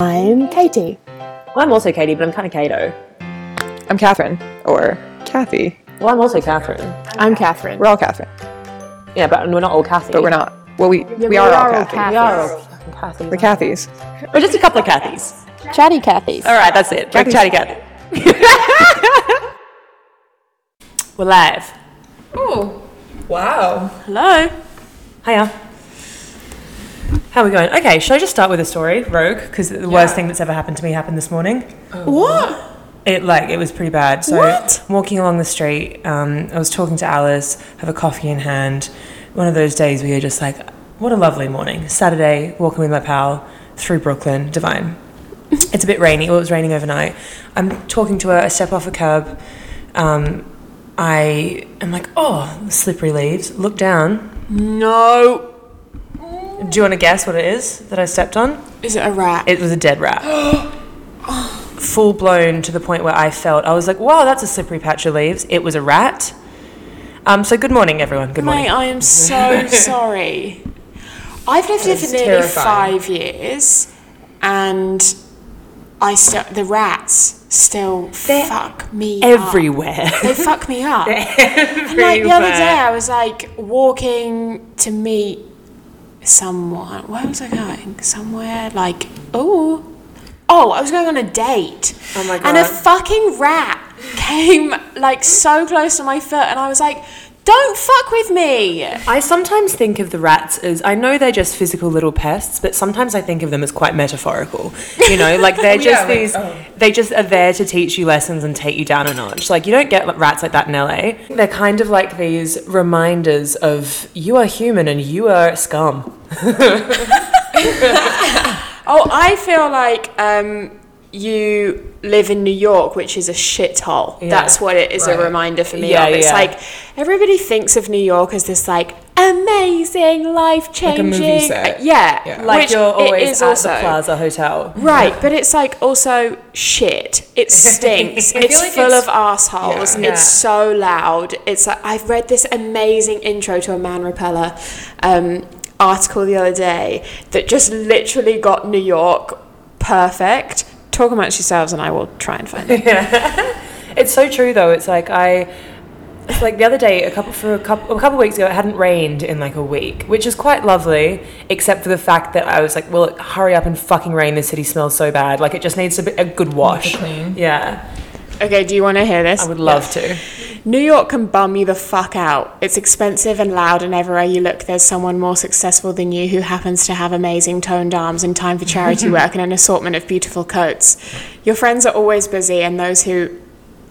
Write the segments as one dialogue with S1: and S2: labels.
S1: I'm Katie.
S2: I'm also Katie, but I'm kind of Kato.
S3: I'm Catherine, or Kathy.
S2: Well, I'm also Catherine.
S1: I'm Catherine.
S3: We're all Catherine,
S2: Yeah, but we're not all Kathy.
S3: but we're not. Well, we, we, are, all Kathy.
S2: We are all fucking Kathys.
S3: We're Kathys.
S2: We're just a couple of Kathys.
S1: Chatty Cathy's.
S2: All right, that's it. Back to Chatty Kathy. we're live.
S3: Oh, wow.
S2: Hello. Hiya. How are we going? Okay, should I just start with a story, Rogue? Because the worst thing that's ever happened to me happened this morning.
S3: What?
S2: It like it was pretty bad. So walking along the street, um, I was talking to Alice, have a coffee in hand. One of those days where you're just like, what a lovely morning. Saturday, walking with my pal through Brooklyn, divine. it's a bit rainy. Well, it was raining overnight. I'm talking to her. I step off a curb. Um, I am like, oh, slippery leaves. Look down.
S3: No.
S2: Do you want to guess what it is that I stepped on?
S3: Is it a rat?
S2: It was a dead rat. Full blown to the point where I felt, I was like, wow, that's a slippery patch of leaves. It was a rat. Um, so, good morning, everyone. Good morning.
S4: Mate, I am so sorry. I've lived here for nearly five years, and I still the rats still fuck me up.
S2: Everywhere.
S4: They fuck me up. And like the other day, I was like walking to meet someone. Where was I going? Somewhere like oh, oh, I was going on a date. Oh
S2: my
S4: And a
S2: God.
S4: fucking rat came like so close to my foot, and I was like, "Don't fuck with me."
S2: I sometimes think of the rats as, I know they're just physical little pests, but sometimes I think of them as quite metaphorical. You know, like oh. they're just
S3: like,
S2: these, they just are there to teach you lessons and take you down a notch. Like you don't get like, rats like that in LA. They're kind of like these reminders of you are human and you are scum.
S4: Oh, I feel like um, you live in New York, which is a shithole. That's what it is a reminder for me
S2: Yeah,
S4: of. It's
S2: yeah.
S4: like everybody thinks of New York as this like amazing, life changing.
S3: set.
S4: Yeah.
S2: Uh, Like
S4: which
S2: you're
S4: it
S2: always
S4: is
S2: at
S4: also.
S2: the Plaza Hotel.
S4: Right, but it's like also shit. It stinks. it's
S3: like
S4: full
S3: it's-
S4: of assholes.
S3: Yeah.
S4: It's so loud. It's like I've read this amazing intro to a man repeller um, article the other day that just literally got New York perfect. Talk amongst yourselves, and I will try and find it.
S2: It's so true though. It's like I it's like the other day a couple for a couple a couple weeks ago it hadn't rained in like a week, which is quite lovely except for the fact that I was like, well, hurry up and fucking rain. This city smells so bad. Like it just needs a bit a good wash. Yeah.
S4: okay, do you want to hear this?
S2: I would love to.
S4: New York can bum you the fuck out. It's expensive and loud, and everywhere you look, there's someone more successful than you who happens to have amazing toned arms and time for charity work and an assortment of beautiful coats. Your friends are always busy, and those who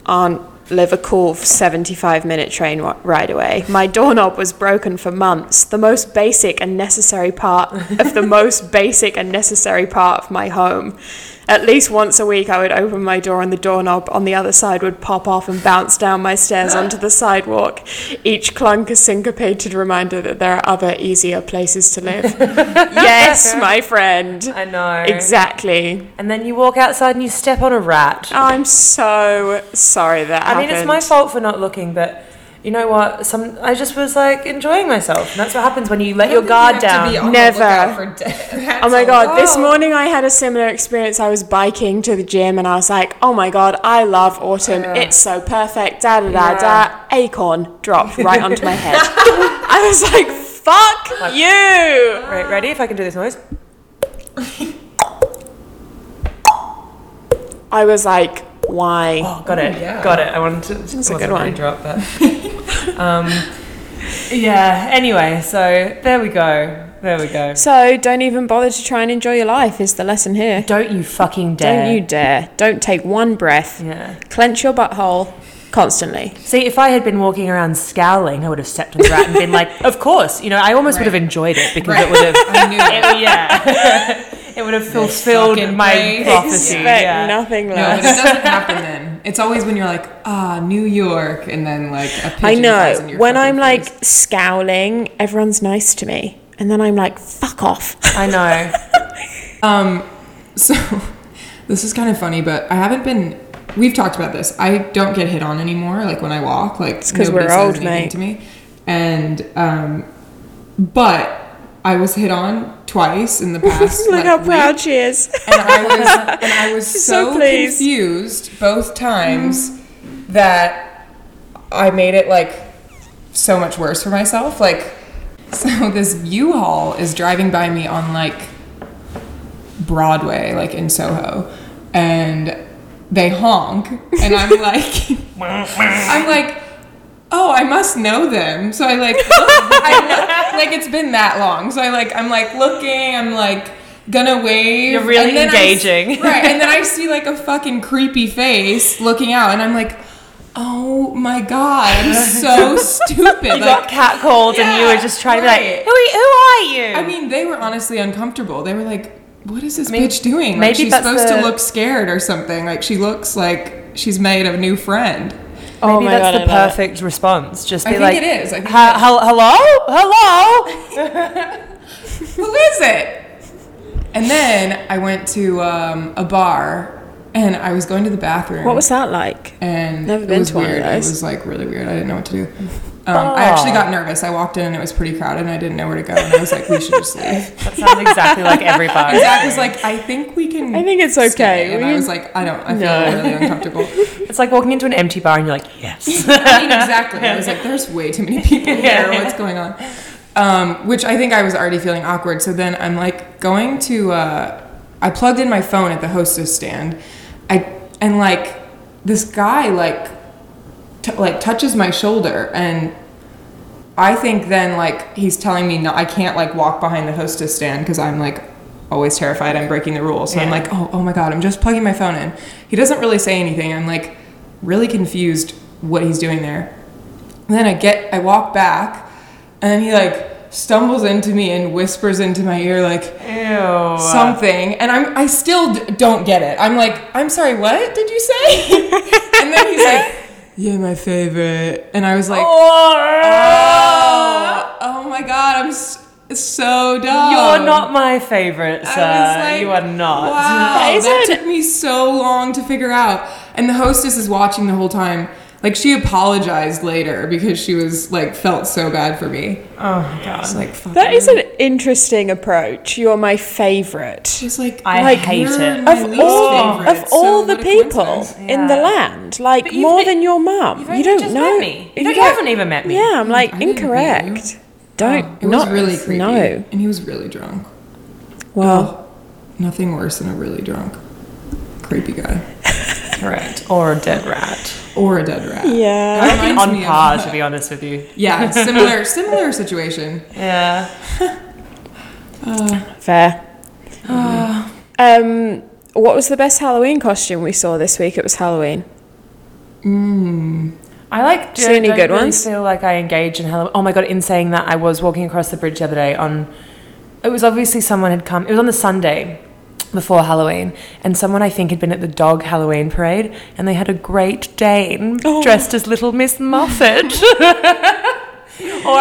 S4: aren't live a cool 75 minute train wa- ride away. My doorknob was broken for months, the most basic and necessary part of the most basic and necessary part of my home. At least once a week, I would open my door, and the doorknob on the other side would pop off and bounce down my stairs onto the sidewalk. Each clunk a syncopated reminder that there are other, easier places to live. yes, my friend.
S2: I know.
S4: Exactly.
S2: And then you walk outside and you step on a rat.
S4: I'm so sorry that
S2: I
S4: happened.
S2: mean, it's my fault for not looking, but you know what? Some I just was like enjoying myself. And that's what happens when you let your guard down.
S4: Never. Oh my god, this morning I had a similar experience. I was biking to the gym and I was like, oh my god, I love autumn. It's so perfect. Da da da da. Acorn dropped right onto my head. I was like, fuck you.
S2: Right, ready? If I can do this noise.
S4: I was like, why?
S2: Oh, got it. Got it. I wanted to just
S4: a good one.
S2: drop that. um, yeah. Anyway, so there we go. There we go.
S4: So don't even bother to try and enjoy your life, is the lesson here.
S2: Don't you fucking dare.
S4: Don't you dare. Don't take one breath.
S2: Yeah.
S4: Clench your butthole constantly.
S2: See, if I had been walking around scowling, I would have stepped on the rat and been like, "Of course." You know, I almost would have enjoyed it because it would have. I knew it. Yeah. it would have fulfilled
S5: fucking
S2: my
S5: place.
S2: prophecy.
S4: Expect
S2: Yeah.
S4: nothing
S5: No, but
S4: less.
S5: it doesn't happen then. It's always when you're like, ah, New York, and then like a pigeon
S4: I
S5: flies in
S4: know.
S5: your
S4: When
S5: fucking
S4: I'm like
S5: face.
S4: scowling, everyone's nice to me. And then I'm like, fuck off.
S2: I know.
S5: um, so this is kind of funny, but I haven't been. We've talked about this. I don't get hit on anymore. Like when I walk, like
S4: 'cause
S5: nobody
S4: we're
S5: says
S4: old,
S5: anything
S4: mate.
S5: to me, and um, but I was hit on twice in the past.
S4: Look
S5: like,
S4: how
S5: week,
S4: proud she is.
S5: And I was, and I was
S4: She's so
S5: so,
S4: pleased. Mm-hmm.
S5: confused both times that I made it like so much worse for myself. Like, so this U-Haul is driving by me on like Broadway, like in Soho, and they honk, and I'm like, I'm like, oh, I must know them. So I like, look- I know, like it's been that long. So I like, I'm like looking, I'm like gonna wave.
S2: You're really
S5: and then I s-
S2: engaging.
S5: right? And then I see like a fucking creepy face looking out, and I'm like. Oh my god, I'm so stupid.
S2: You got
S5: Like,
S2: catcalled and you
S5: yeah,
S2: were just trying to be
S5: right.
S2: like, who are, who are you?
S5: I mean, they were honestly uncomfortable. They were like, "What is this
S2: mean,
S5: bitch
S2: maybe
S5: doing? like, she's
S2: that's
S5: supposed
S2: the-
S5: to look scared or something. Like, she looks like she's made a new friend."
S4: oh
S2: Maybe that's the perfect response. Just be
S5: I think
S2: like,
S5: it is. I think
S2: "Hel- hel- hello? Hello?
S5: Who is it? And then I went to um, a bar, and I was going to the bathroom.
S4: What was that like?
S5: And
S4: Never
S5: it
S4: been
S5: was
S4: to one of
S5: weird.
S4: those. Oh.
S5: It was like really weird. I didn't know what to do. Um, I actually got nervous. I walked in and it was pretty crowded, and I didn't know where to go. And I was like, "We should just leave."
S2: That sounds exactly like every bar.
S5: And Zach was like, "I think we can."
S4: I think it's
S5: stay."
S4: okay.
S5: And
S4: We
S5: I was
S4: can-
S5: like, "I don't. I feel
S4: No.
S5: really uncomfortable."
S2: It's like walking into an empty bar and you're like, yes.
S5: I mean, exactly. I was like, there's way too many people here. What's going on? Um, which I think I was already feeling awkward. So then I'm like going to, uh, I plugged in my phone at the hostess stand. I, and like this guy like, t- like touches my shoulder and I think then like he's telling me no, I can't like walk behind the hostess stand because I'm like always terrified I'm breaking the rules. So I'm like, oh, oh my god, I'm just plugging my phone in. He doesn't really say anything. I'm like really confused what he's doing there. And then I get, I walk back, and then he like stumbles into me and whispers into my ear like,
S2: Ew.
S5: something and i'm i still d- don't get it i'm like i'm sorry what did you say and then he's like yeah my favorite and i was like
S2: Oh.
S5: oh, oh my god i'm s- so dumb
S2: You're not my favorite, sir.
S5: Oh. I was like,
S2: Uh, you are not.
S5: Wow,
S4: That is
S5: that
S4: it.
S5: took me so long to figure out. And the hostess is watching the whole time. Like she apologized later because she was like felt so bad for me.
S2: Oh, my God.
S5: It's like fuck.
S4: That is an interesting approach. You're my favourite.
S5: She's like
S2: I
S4: Like,
S2: hate
S5: you're
S2: it.
S5: my
S4: Of
S5: least
S4: all,
S5: favorite,
S4: of
S5: so
S4: all the
S5: what a
S4: people
S5: coincidence.
S4: in the
S2: Yeah.
S4: land, like
S2: But you've
S4: more
S2: been-
S4: than your mum.
S2: you've
S4: you
S2: only
S4: don't
S2: just
S4: know.
S2: met me. You don't- you haven't even met me.
S4: Yeah, I'm like
S5: I didn't meet you.
S4: incorrect.
S5: Oh,
S4: Don't
S5: it
S4: not
S5: was really creepy. Oh.
S4: No. Oh.
S5: And he was really drunk.
S4: Well,
S5: Nothing worse than a really drunk, creepy guy
S2: Correct. Or a dead rat.
S5: or a dead rat.
S4: yeah.
S5: That reminds
S2: On
S5: me of-
S2: par, to be honest with you.
S5: Yeah, similar similar situation.
S2: Yeah.
S4: Fair. Ah. um, what was the best Halloween costume we saw this week? It was Halloween.
S2: I like
S4: See any
S2: don't
S4: good
S2: really
S4: ones?
S2: Feel like I engage in Halloween. Oh my god! In saying that, I was walking across the bridge the other day. On it was obviously someone had come. It was on the Sunday before Halloween, and someone I think had been at the dog Halloween parade, and they had a Great Dane
S4: Oh.
S2: dressed as Little Miss Muffet. or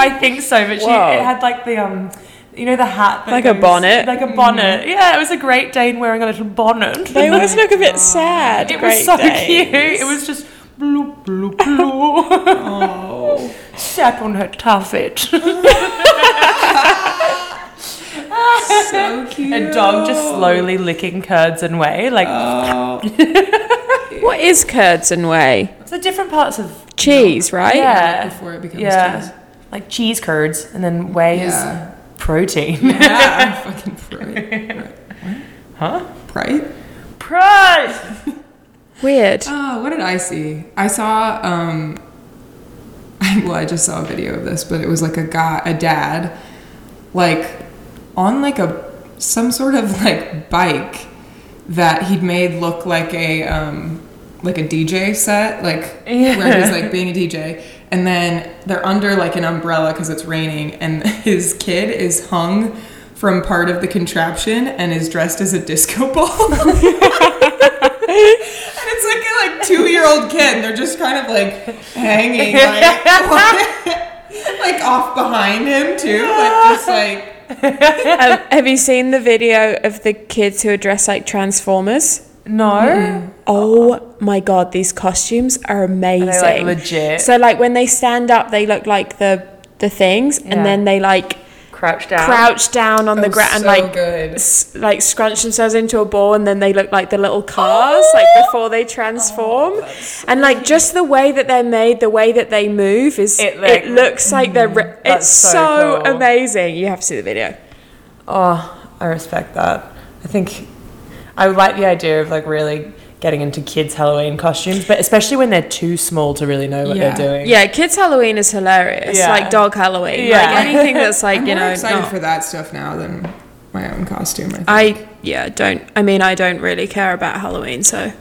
S2: I think so, but she
S4: Wow.
S2: it had like the um. You know the hat, that
S4: Like a bonnet.
S2: like a bonnet. Yeah, it was a Great Dane wearing a little bonnet.
S4: They always look a bit sad.
S2: It
S4: Great
S2: was so
S4: day.
S2: cute. It was just bloop bloop bloop. Oh. Sat on her tuffet.
S5: So cute.
S2: A dog just slowly licking curds and whey. Like
S5: Uh,
S2: uh,
S4: What is curds and whey?
S2: so different parts of
S4: Cheese, right?
S2: yeah,
S5: before it becomes
S2: yeah,
S5: cheese.
S2: like cheese curds, and then whey
S5: Yeah.
S2: is protein.
S5: Yeah, I'm fucking pride.
S2: Huh?
S5: Pride?
S2: Pride.
S4: Weird.
S5: Oh, what did I see? I saw um I, well, I just saw a video of this, but it was like a guy, a dad, like on like a some sort of like bike that he'd made look like a um like a DJ set, like where he's like being a DJ, and then they're under like an umbrella because it's raining, and his kid is hung from part of the contraption and is dressed as a disco ball. And it's like a like two year old kid. and They're just kind of like hanging, like, like off behind him too, like just like
S4: Um, have you seen the video of the kids who are dressed like Transformers?
S2: No.
S4: Oh my god, these costumes are amazing.
S2: legit?
S4: So like when they stand up, they look like the the things,
S2: Yeah.
S4: and then they like
S2: crouched down.
S4: crouched down on the
S5: Oh,
S4: ground and
S5: so
S4: like
S5: good.
S4: s- like scrunch themselves into a ball and then they look like the little cars like
S5: Oh.
S4: before they transform and like just the way that they're made the way that they move is
S2: It
S4: it,
S2: look-
S4: looks like
S5: Mm,
S4: they're re-
S2: that's
S4: it's
S2: so
S4: so,
S2: cool.
S4: amazing you have to see the video
S2: Oh, I respect that. I think I would like the idea of like really getting into kids' Halloween costumes, but especially when they're too small to really know what
S5: Yeah.
S2: they're doing.
S4: yeah kids halloween is hilarious
S2: Yeah.
S4: like dog halloween
S2: Yeah.
S4: like anything that's like
S5: I'm
S4: you
S5: more
S4: know
S5: excited
S4: not-
S5: for that stuff now than my own costume. I, think. I
S4: i yeah don't i mean i don't really care about halloween so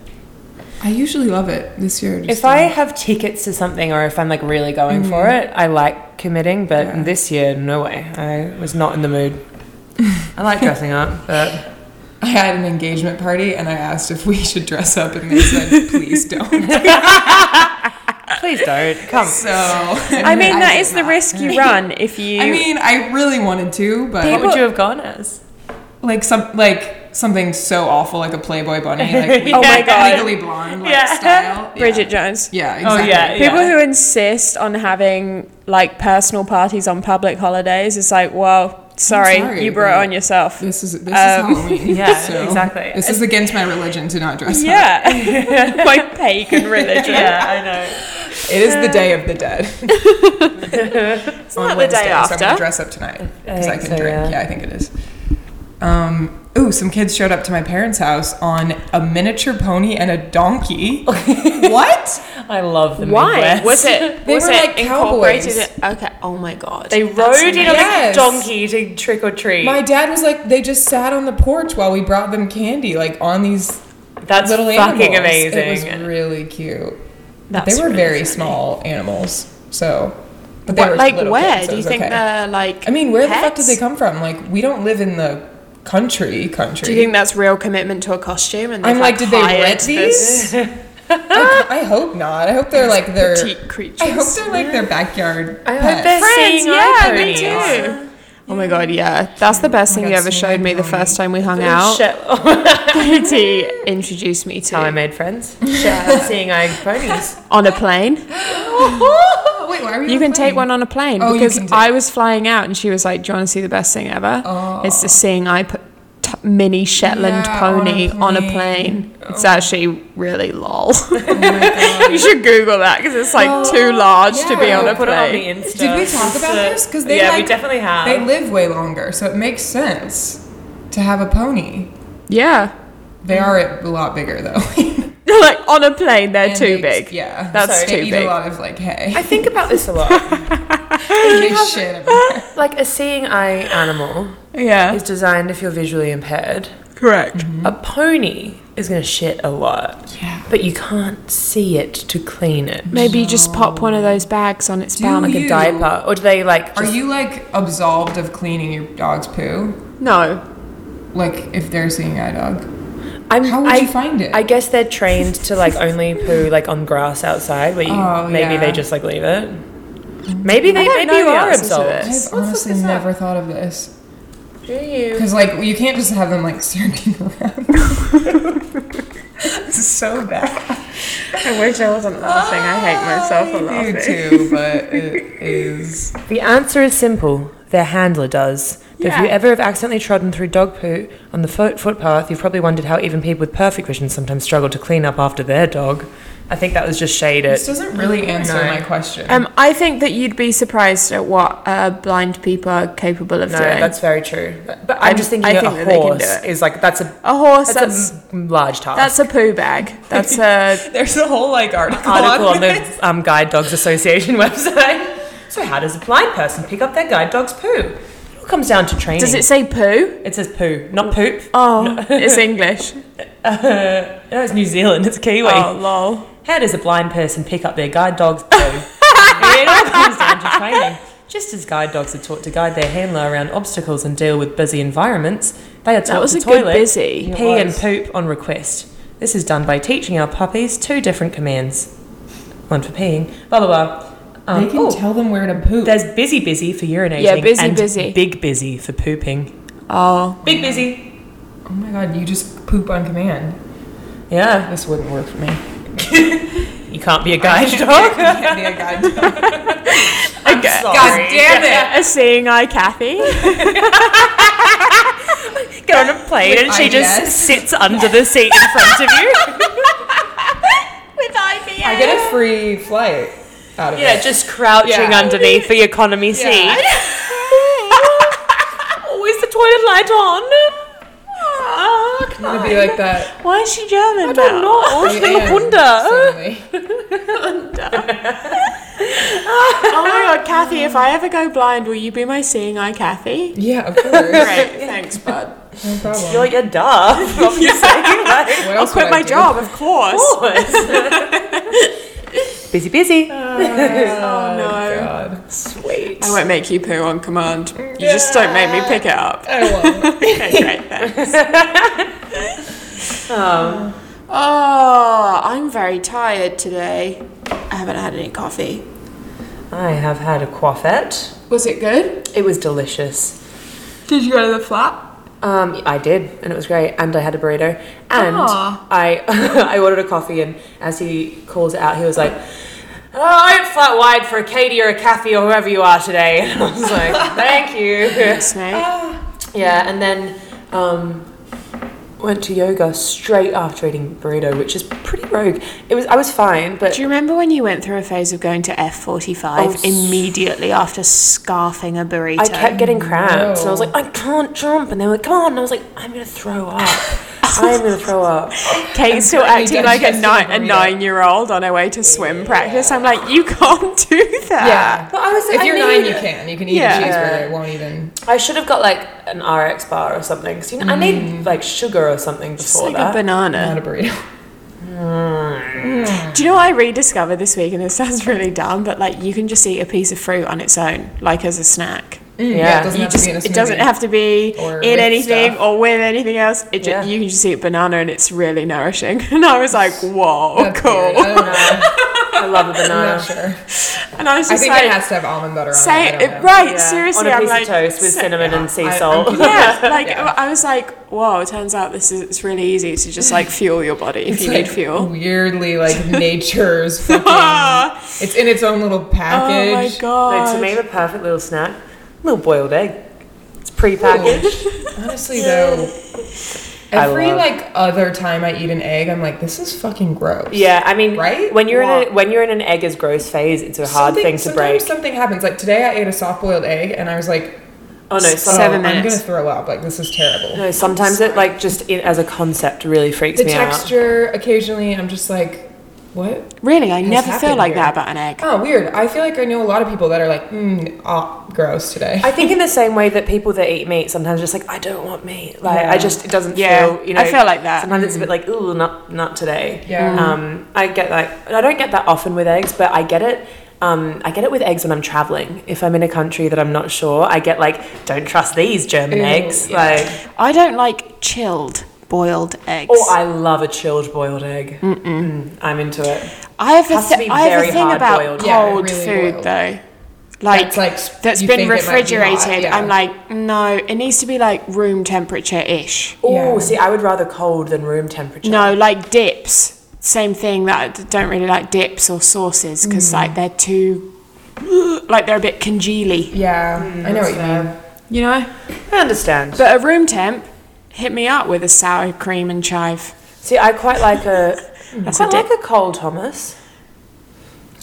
S5: usually love it. This year, just
S2: If I have tickets to something or if I'm like really going for it, I like committing, but
S5: Yeah.
S2: this year, no way. I was not in the mood. I like dressing up, but
S5: I had an engagement party and I asked if we should dress up, and they said, "Please don't."
S2: please don't. Come.
S5: So I
S4: i mean that
S5: did
S4: is the
S5: not.
S4: risk you run if you
S5: I mean, I really wanted to, but
S2: What would you have gone as?
S5: like some like something so awful, like a Playboy bunny, like
S4: Oh my God.
S5: legally blonde, like style.
S4: bridget
S5: yeah.
S4: jones
S5: Yeah,
S2: Oh,
S5: exactly.
S2: yeah.
S4: People who insist on having like personal parties on public holidays is like, well, sorry,
S5: sorry,
S4: you brought
S5: but
S4: it on yourself.
S5: This is this is
S4: Um,
S5: Halloween.
S2: yeah,
S5: so
S2: exactly.
S5: This is against my religion to not dress up.
S4: yeah, my pagan religion.
S2: Yeah,
S5: It is the day of the dead. it's
S4: not the day
S5: So I'm gonna
S4: after.
S5: dress up tonight because I,
S2: think
S5: can
S2: so,
S5: drink.
S2: yeah.
S5: Yeah. I think it is. Um, ooh, some kids showed up to my parents' house on a miniature pony and a donkey. what?
S2: I know. I love the
S4: Why
S2: Midwest.
S4: was it?
S5: They
S4: was
S5: were
S4: it
S5: like
S4: incorporated?
S5: cowboys.
S4: in- Okay. Oh my god.
S2: They rode in on
S5: Yes.
S2: a donkey to trick or treat.
S5: My dad was like, they just sat on the porch while we brought them candy, like on these
S2: That's
S5: little
S2: fucking
S5: animals. It
S2: amazing.
S5: was really cute.
S2: That's
S5: they were
S2: really
S5: very
S2: funny.
S5: small animals, so. But they
S4: What-
S5: were
S4: like
S5: little
S4: where?
S5: kids, so it
S4: Do you
S5: was
S4: think
S5: okay.
S4: they're like?
S5: I mean, where the fuck did
S4: pets?
S5: they come from? Like, we don't live in the country. Country.
S4: Do you think that's real commitment to a costume? And
S5: I'm
S4: they've,
S5: like, did they
S4: hired
S5: rent
S4: this
S5: these? Like, I hope not. I hope they're like their.
S4: petite
S5: I hope
S4: creatures?
S5: they're like their backyard.
S2: I hope
S5: pets.
S2: they're
S4: Friends,
S2: seeing eye
S4: yeah, me
S2: ponies.
S4: too. Oh my god, yeah. That's the best thing
S5: God,
S4: you ever
S5: seeing
S4: showed
S5: eye
S4: me the
S5: ponies.
S4: first time we hung out.
S2: Shit.
S4: Katie introduced me
S2: How I
S4: to
S2: made friends. Seeing eye ponies.
S4: on a plane.
S5: Wait, why are we
S4: You
S5: on
S4: can
S5: the plane?
S4: take one on a plane
S5: Oh, you
S4: because
S5: can take-
S4: I was flying out and she was like, "Do you want to see the best thing ever? It's the seeing I put t- mini Shetland
S5: Yeah, on a
S4: pony on a plane.
S5: plane.
S4: It's actually really lol.
S5: Oh my God.
S4: you should Google that because it's like too large to be
S5: yeah,
S4: on a
S2: Put it on the
S4: plane.
S2: Insta.
S5: Did we talk about this? Because they
S2: yeah,
S5: like,
S2: we definitely have.
S5: They live way longer, so it makes sense to have a pony.
S4: yeah,
S5: They are a lot bigger though.
S4: like on a plane, they're
S5: And
S4: too
S5: they-
S4: big.
S5: Yeah,
S4: That's
S5: they
S4: too
S5: eat
S4: big.
S5: a lot of like hay.
S2: I think about this a lot.
S5: They shit everywhere.
S2: like a seeing eye animal
S4: Yeah,
S2: is designed if you're visually impaired.
S4: correct.
S5: Mm-hmm.
S2: A pony is gonna shit a lot. Yeah. But you can't see it to clean it.
S4: Maybe you just pop one of those bags on its back.
S2: Like
S5: you-
S2: a diaper. Or do they like
S5: Are
S2: just-
S5: you like absolved of cleaning your dog's poo?
S4: No,
S5: Like if they're seeing eye dog?
S2: I'm,
S5: How would
S2: I,
S5: you find it?
S2: I guess they're trained to like only poo like on grass outside where you
S5: Oh,
S2: maybe
S5: yeah. Mm.
S2: they just like leave it. Maybe they
S4: don't
S2: maybe
S4: know
S2: you
S4: the
S2: are
S4: answer to
S2: absolved.
S4: this.
S5: I've honestly never thought of this. Do you? Because like you can't just have them like circling around. It's so bad.
S4: I wish I wasn't laughing. I hate myself for
S5: You too, but it is.
S2: The answer is simple. Their handler does. But if you
S4: Yeah.
S2: ever have accidentally trodden through dog poo on the foot footpath, you've probably wondered how even people with perfect vision sometimes struggle to clean up after their dog. I think that was just shade
S5: This
S2: it.
S5: doesn't really answer
S2: No.
S5: my question.
S4: Um, I think that you'd be surprised at what uh, blind people are capable of
S2: No,
S4: doing.
S2: that's very true. But I'm just thinking
S4: I
S2: that
S4: think
S2: a
S4: that they can do
S2: horse
S4: it.
S2: is like that's a
S4: a horse.
S2: that's,
S4: That's
S2: a m- large task.
S4: that's a poo bag. That's a
S5: There's a whole like article,
S2: article
S5: on,
S2: on
S5: this.
S2: the um, Guide Dogs Association website. So how does a blind person pick up their guide dog's poo? It all comes down to training.
S4: does it say poo?
S2: It says poo, not poop.
S4: Oh, it's English.
S2: No, it's New Zealand. It's Kiwi.
S4: Oh, lol.
S2: How does a blind person pick up their guide dog's poo? it all comes down to training. Just as guide dogs are taught to guide their handler around obstacles and deal with busy environments, they are taught
S4: was
S2: to
S4: a good
S2: toilet,
S4: busy. It
S2: pee, and
S4: was.
S2: poop on request. This is done by teaching our puppies two different commands. One for peeing, blah blah blah. Um,
S5: They can
S2: oh,
S5: tell them where to poop.
S2: there's busy busy for urinating.
S4: Yeah, busy
S2: and
S4: busy.
S2: Big busy for pooping.
S4: Oh,
S2: Big busy.
S5: oh my god, you just poop on command.
S2: Yeah.
S5: This wouldn't work for me.
S2: you can't be a guide dog.
S5: Can't be a guide dog.
S2: I'm
S5: God
S2: sorry.
S5: damn it!
S4: A seeing eye Kathy.
S2: Get on a plane and she
S5: IBS.
S2: just sits under the seat in front of you.
S5: I get a free flight out of
S2: Yeah,
S5: it.
S2: just crouching
S5: Yeah.
S2: underneath the economy seat. Always the toilet light on. Ah,
S5: I'm gonna be like that.
S4: Why is she German? I
S2: don't know. She's
S5: I am
S2: Oh, a wonder.
S5: suddenly.
S4: Oh my god, Kathy, if I ever go blind, will you be my seeing eye Kathy?
S5: Yeah, of course.
S4: Great, thanks, bud.
S5: No problem.
S2: You're like a dove, obviously. Like,
S5: What
S4: I'll
S5: else would
S4: quit
S5: I
S4: my
S5: do?
S4: job, of course.
S2: of course. busy,
S4: Uh,
S2: busy.
S4: oh no.
S5: God.
S2: Sweet.
S4: I won't make you poo on command. You just don't make me pick it up.
S5: I won't.
S4: Okay, great, thanks. Um, Oh, I'm very tired today. I haven't had any coffee.
S2: I have had a coiffette.
S4: Was it good?
S2: It was delicious.
S3: Did you go to the flat?
S2: Um, I did, and it was great. And I had a burrito, and
S3: Aw.
S2: I I ordered a coffee. And as he calls it out, he was like, "Oh, I don't flat wide for a Katie or a Kathy or whoever you are today." And I was like, "Thank you."
S4: Yes, mate.
S2: Yeah, and then um, went to yoga straight after eating burrito, which is pretty rogue. It was I was fine, but
S4: Do you remember when you went through a phase of going to F45
S2: Oh,
S4: immediately after scarfing a burrito?
S2: I kept getting cramps, and I was like, "I can't jump," and they were like, "Come on," and I was like, "I'm gonna throw up." I'm gonna throw up.
S4: Kate's still
S5: currently
S4: acting like a,
S5: digesting
S4: nine,
S5: a
S4: a
S5: burrito.
S4: nine-year-old on her way to swim practice. I'm like, you can't do that.
S5: Yeah.
S2: But I was-
S5: if
S2: Uh, I
S5: you're
S2: knew
S5: nine, you
S2: that-
S5: can. You can eat
S4: Yeah.
S5: a cheeseburger. It won't even.
S2: I should have got like an RX bar or something. 'cause, you know, I need like sugar or something
S4: It's
S2: before
S4: like a
S2: that.
S4: banana.
S5: Not a burrito.
S4: Do you know what I rediscovered this week? And this sounds really dumb, but like you can just eat a piece of fruit on its own, like as a snack.
S5: Mm,
S2: Yeah.
S5: It doesn't
S4: You
S5: have
S4: just,
S5: to be in a
S4: it doesn't
S5: smoothie.
S4: have to be
S5: Or
S4: in
S5: with
S4: anything
S5: stuff.
S4: or with anything else. It ju-
S2: Yeah.
S4: you can just eat banana and it's really nourishing. And I was like, whoa,
S5: That's
S4: cool.
S5: weird. I don't know.
S2: I love a
S5: I'm
S2: banana.
S5: not sure.
S4: And I was
S5: I
S4: just
S5: think
S4: like,
S5: it has to have almond butter on
S4: say
S5: it. I don't know.
S4: right,
S2: Yeah,
S4: seriously.
S2: on a
S4: I'm
S2: piece
S4: like,
S2: of toast with
S4: "So-
S2: cinnamon and sea
S5: I- I'm
S2: salt.
S4: yeah, like
S5: Yeah.
S4: I was like, whoa, it turns out this is it's really easy to just like fuel your body if
S5: It's
S4: you
S5: like
S4: need fuel.
S5: Weirdly, like nature's. Fucking,
S4: Ah,
S5: it's in its own little
S4: oh my
S5: package.
S4: god.
S2: No, to me, the perfect little snack, little boiled egg. It's pre-packaged.
S5: Honestly, though,
S2: I
S5: every
S2: love-
S5: like other time I eat an egg, I'm like, this is fucking gross.
S2: Yeah, I mean,
S5: Right?
S2: when you're in a, when you're in an egg as gross phase, it's a hard
S5: Something-
S2: thing to break.
S5: Sometimes something happens. Like today, I ate a soft boiled egg, and I was like,
S2: Oh no,
S5: oh,
S2: some,
S4: Seven
S5: I'm
S4: minutes.
S5: gonna throw up. Like this is terrible.
S2: no, sometimes it like just in, as a concept really freaks
S5: the
S2: me
S5: texture occasionally, I'm just like, what?
S4: Really, I
S5: has
S4: never feel
S5: happened
S4: like
S5: here.
S4: that about an egg.
S5: Oh, weird. I feel like I know a lot of people that are like, mm, ah, gross today.
S2: out. I think in the same way that people that eat meat sometimes are just like I don't want meat. Like
S5: Yeah.
S2: I just it doesn't
S4: Yeah,
S2: feel you know.
S4: I feel like that. Mm.
S2: Sometimes it's a bit like ooh not not today.
S5: Yeah.
S2: Um, I get like and I don't get that often with eggs, but I get it. Um, I get it with eggs when I'm traveling. If I'm in a country that I'm not sure, I get like don't trust these German
S5: Ew,
S2: eggs.
S5: yeah.
S2: Like
S4: I don't like chilled boiled eggs.
S2: Oh, I love a chilled boiled egg. Mm, I'm into it.
S4: I have a,
S2: Has to
S4: thi-
S2: be
S4: I have a
S2: very
S4: thing about
S2: hard-boiled.
S5: Yeah,
S4: cold
S5: really
S4: food
S5: boiled.
S4: though. Like,
S5: That's, like,
S4: that's
S5: you
S4: been
S5: think it might be
S4: refrigerated.
S5: hot, yeah.
S4: I'm like, no, it needs to be like room temperature ish.
S2: Oh,
S5: Yeah.
S2: see, I would rather cold than room temperature.
S4: No, like dips. Same thing that I don't really like dips or sauces because
S5: Mm.
S4: like they're too, like they're a bit congealy.
S5: yeah, I know what you mean.
S4: You know.
S2: I understand.
S4: But at room temp, hit me up with a sour cream and chive.
S2: see, I quite like a, I
S4: That's a
S2: quite
S4: dip.
S2: like a cold Thomas.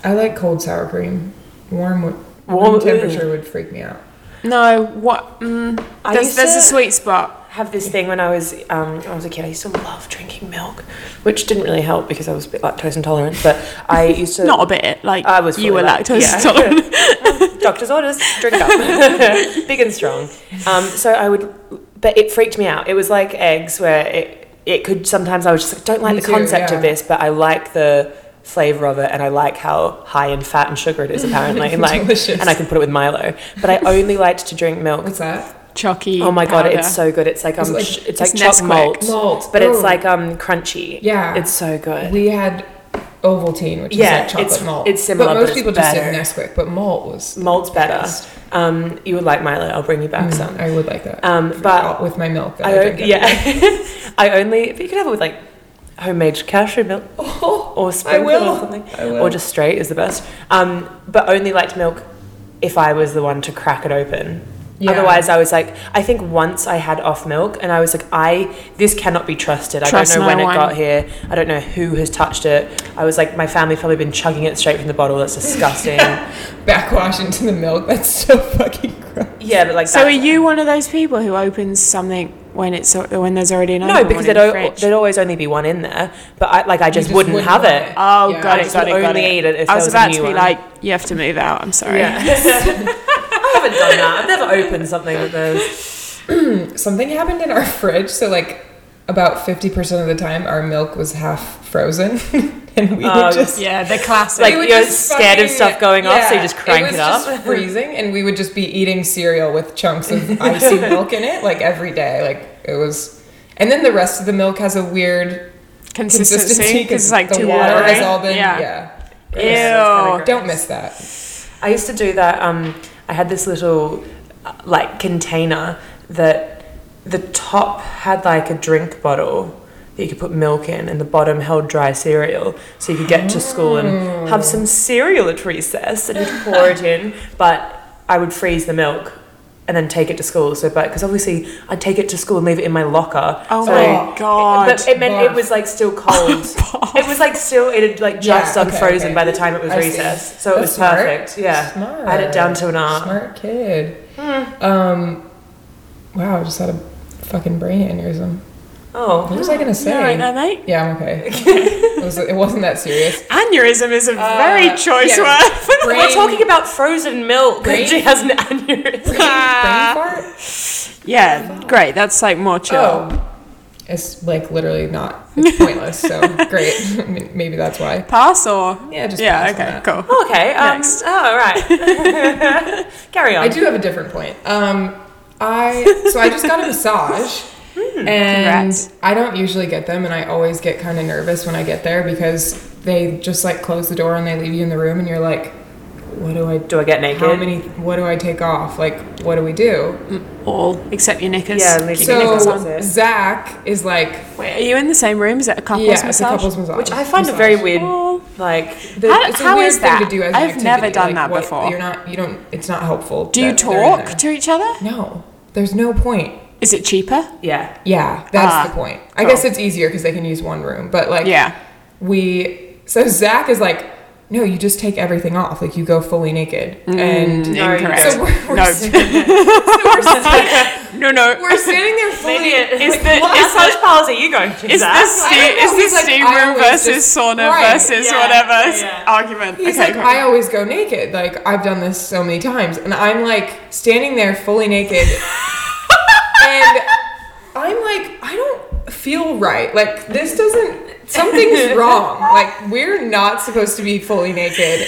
S5: I like cold sour cream. Warm, would,
S2: Warm,
S5: warm
S2: ooh.
S5: temperature would freak me out.
S4: No, what? Mm,
S2: I
S4: there's
S2: used
S4: there's a
S2: to-
S4: sweet spot.
S2: Have this thing when I was um, when I was a kid. I used to love drinking milk, which didn't really help because I was a bit lactose intolerant. But I used to
S4: Not a bit. Like
S2: I was
S4: you were
S2: fully lact-
S4: lactose
S2: yeah.
S4: intolerant.
S2: doctor's orders. Drink up, big and strong. Um, so I would, but it freaked me out. It was like eggs, where it it could sometimes I was just like, don't like
S5: Me
S2: the
S5: too,
S2: concept
S5: yeah.
S2: of this, but I like the flavor of it, and I like how high in fat and sugar it is apparently. like,
S5: Delicious.
S2: and I can put it with Milo. But I only liked to drink milk.
S5: What's that?
S4: chalky.
S2: Oh my god,
S4: powder.
S2: it's so good. It's like um,
S5: like-
S2: sh- it's like
S4: it's
S2: choc
S4: Nesquik.
S2: malt,
S5: Malt.
S2: but
S5: Ooh.
S2: it's like um crunchy.
S5: Yeah.
S2: it's so good.
S5: We had Ovaltine, which
S2: Yeah,
S5: is like chocolate
S2: it's-
S5: malt.
S2: it's similar,
S5: but
S2: but
S5: most
S2: it's
S5: people
S2: better.
S5: just did Nesquik. But malt was
S2: Malt's better.
S5: Yes.
S2: Um, you would like Milo. I'll bring you
S5: Mm,
S2: back some.
S5: I would like that.
S2: Um,
S5: For-
S2: but
S5: with my milk, that I,
S2: I, o-
S5: drink every
S2: yeah,
S5: day.
S2: I only. But you could have it with like homemade cashew milk or sprinkle
S5: will.
S2: or something,
S6: I will.
S2: or just straight is the best. Um, but only liked milk if I was the one to crack it open.
S5: Yeah.
S2: Otherwise, I was like, I think once I had off milk, and I was like, I this cannot be trusted. I
S4: Trust
S2: don't know
S4: no
S2: when it
S4: one.
S2: got here. I don't know who has touched it. I was like, my family's probably been chugging it straight from the bottle. That's disgusting.
S5: Backwash into the milk. That's so fucking gross.
S2: yeah, but like
S4: So
S2: that-
S4: are you one of those people who opens something when it's al- when there's already another
S2: No,
S4: one
S2: because
S4: in
S2: there'd,
S4: the
S2: al-
S4: fridge?
S2: there'd always only be one in there. But I, like, I just,
S5: just
S2: wouldn't,
S5: wouldn't
S2: have
S5: want
S2: it.
S5: it.
S4: Oh,
S5: Yeah,
S4: got
S2: I
S4: it,
S2: just
S4: got it,
S2: would
S4: got
S2: only
S4: it.
S2: eat it if
S4: I
S2: there
S4: was
S2: was a
S4: about to
S2: new one.
S4: be like, you have to move out. I'm sorry.
S2: I haven't done that. I've never opened something that there's.
S5: Something happened in our fridge. So like about fifty percent of the time, our milk was half frozen, and we
S2: Oh,
S5: would just
S4: Yeah, the classic.
S2: Like,
S5: We would
S2: you're
S5: just
S2: scared of stuff going off, so you just crank
S5: was
S2: it up.
S5: just freezing, and we would just be eating cereal with chunks of icy milk in it, like every day. Like it was, and then the rest of the milk has a weird
S4: consistency
S5: consistency
S4: because it's like
S5: the
S4: too
S5: water
S4: watery.
S5: has all been yeah.
S4: Ew.
S2: kinda
S5: Don't miss that.
S2: I used to do that. Um, I had this little uh, like container that the top had like a drink bottle that you could put milk in, and the bottom held dry cereal, so you could get to school and have some cereal at recess, and you'd pour it in. But I would freeze the milk. And then take it to school. So, but because obviously I'd take it to school and leave it in my locker.
S4: Oh
S2: so
S4: my God. Oh
S2: But it meant it
S5: Barf.
S2: was like still cold. it was like still it had like just
S5: Yeah, okay,
S2: unfrozen
S5: okay.
S2: by the time it was
S5: I see.
S2: recess. So it
S5: That's
S2: was
S5: smart.
S2: perfect. Yeah.
S5: Smart.
S2: I had it down to an Hmm. art.
S5: Smart kid. Um, wow, I just had a fucking brain aneurysm.
S2: Oh.
S5: What was I gonna say?
S4: You right there, mate?
S5: Yeah, I'm okay. it, was, it wasn't that serious.
S4: Aneurysm is a
S2: Uh,
S4: very choice
S5: yeah.
S4: word.
S5: Brain,
S2: We're talking about frozen milk.
S5: Brain-
S2: She has an aneurysm.
S5: brain fart.
S4: yeah, great. That's like more chill.
S5: Oh, it's like literally not. It's pointless. so great. I mean, Maybe that's why.
S4: Pass or
S5: Yeah, just
S4: yeah.
S5: pass on
S4: Okay,
S5: that.
S4: cool.
S2: Oh, okay. Um,
S4: Next.
S2: Oh, right. Carry on.
S5: I do have a different point. Um, I so I just got a massage, and
S4: Congrats.
S5: I don't usually get them, and I always get kind of nervous when I get there because they just like close the door and they leave you in the room, and you're like, what do I
S2: Do I get
S5: How
S2: naked?
S5: many? What do I take off? Like, what do we do?
S4: All except your knickers.
S2: Yeah, leave your knickers on.
S5: So Zach is like,
S4: Wait, are you in the same room? Is it a couples
S5: yeah, it's a
S4: massage?
S5: couples massage,
S2: Which I find a very
S5: massage.
S2: weird.
S4: Oh.
S2: Like,
S5: The-
S4: How-
S5: it's a
S4: how
S5: weird
S4: is
S5: thing to
S4: that?
S5: do as an
S4: I've never
S5: activity,
S4: done
S5: like,
S4: that
S5: what-
S4: before.
S5: You're not. You don't. It's not helpful.
S4: Do you
S5: that they're in
S4: talk
S5: there.
S4: to each other?
S5: No. There's no point.
S4: Is it cheaper?
S2: yeah.
S5: Yeah, that's
S4: Ah,
S5: the point. I guess it's easier because they can use one room, but like,
S4: Yeah.
S5: we. So Zach is like, no, you just take everything off. Like you go fully naked, and
S4: Mm, Incorrect.
S5: so we're, we're,
S4: no.
S5: sitting,
S4: no, no.
S5: we're sitting there fully.
S2: Maybe it,
S4: Is
S2: is
S4: the-
S2: the, what
S4: is
S2: massage parlors are you going to?
S4: Is
S2: Zach?
S4: this
S5: I
S4: steam,
S5: don't know,
S4: is this
S5: he's like,
S4: steam
S5: I
S4: room
S5: always
S4: versus
S5: just-
S4: sauna
S5: right,
S4: versus
S2: yeah,
S4: whatever
S2: yeah, yeah.
S4: argument?
S5: He's
S4: okay,
S5: like,
S4: cool.
S5: I always go naked. Like I've done this so many times, and I'm like standing there fully naked, and I'm like, I don't feel right. Like this doesn't. Something's wrong. Like we're not supposed to be fully naked,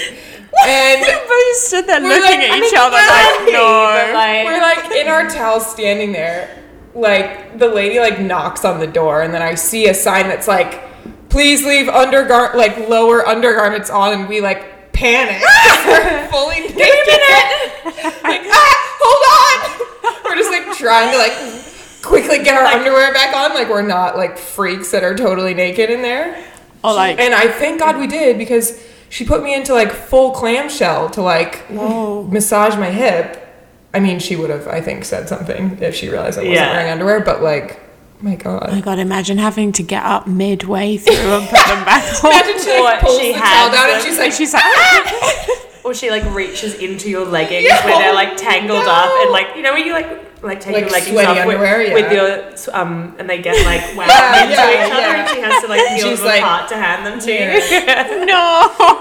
S5: and
S4: but you stood there
S5: We're like,
S4: looking at
S5: I
S4: each
S5: mean,
S4: other
S5: yeah,
S4: like, no.
S2: but like-
S5: we're like in our towels, standing there. Like the lady like knocks on the door, and then I see a sign that's like, "Please leave undergar like lower undergarments on," and we like panic. we're fully naked. like ah, hold on. We're just like trying to like quickly get our underwear back on. Like we're not like freaks that are totally naked in there.
S4: or like,
S5: And I thank God we did because she put me into like full clamshell to like
S4: oh,
S5: massage my hip. I mean, she would have, I think, said something if she realized I wasn't
S2: Yeah.
S5: wearing underwear, but like, my
S4: oh my
S5: God.
S4: god, imagine having to get up midway through and put them back on.
S5: Imagine she like,
S2: What
S5: pulls
S2: she
S5: the towel
S2: had
S5: down and
S2: was-
S5: she's like,
S4: She's like, ah!
S2: Or she like reaches into your leggings
S5: No,
S2: where they're like tangled up and
S5: no.
S2: like you know when you like like take
S5: Like
S2: your leggings
S5: sweaty
S2: off with,
S5: underwear, yeah.
S2: with your um and they get like wound
S5: Yeah,
S2: into
S5: yeah,
S2: each other
S5: yeah.
S2: and she has to like peel
S5: She's
S2: them
S5: like-
S2: apart to hand them to you.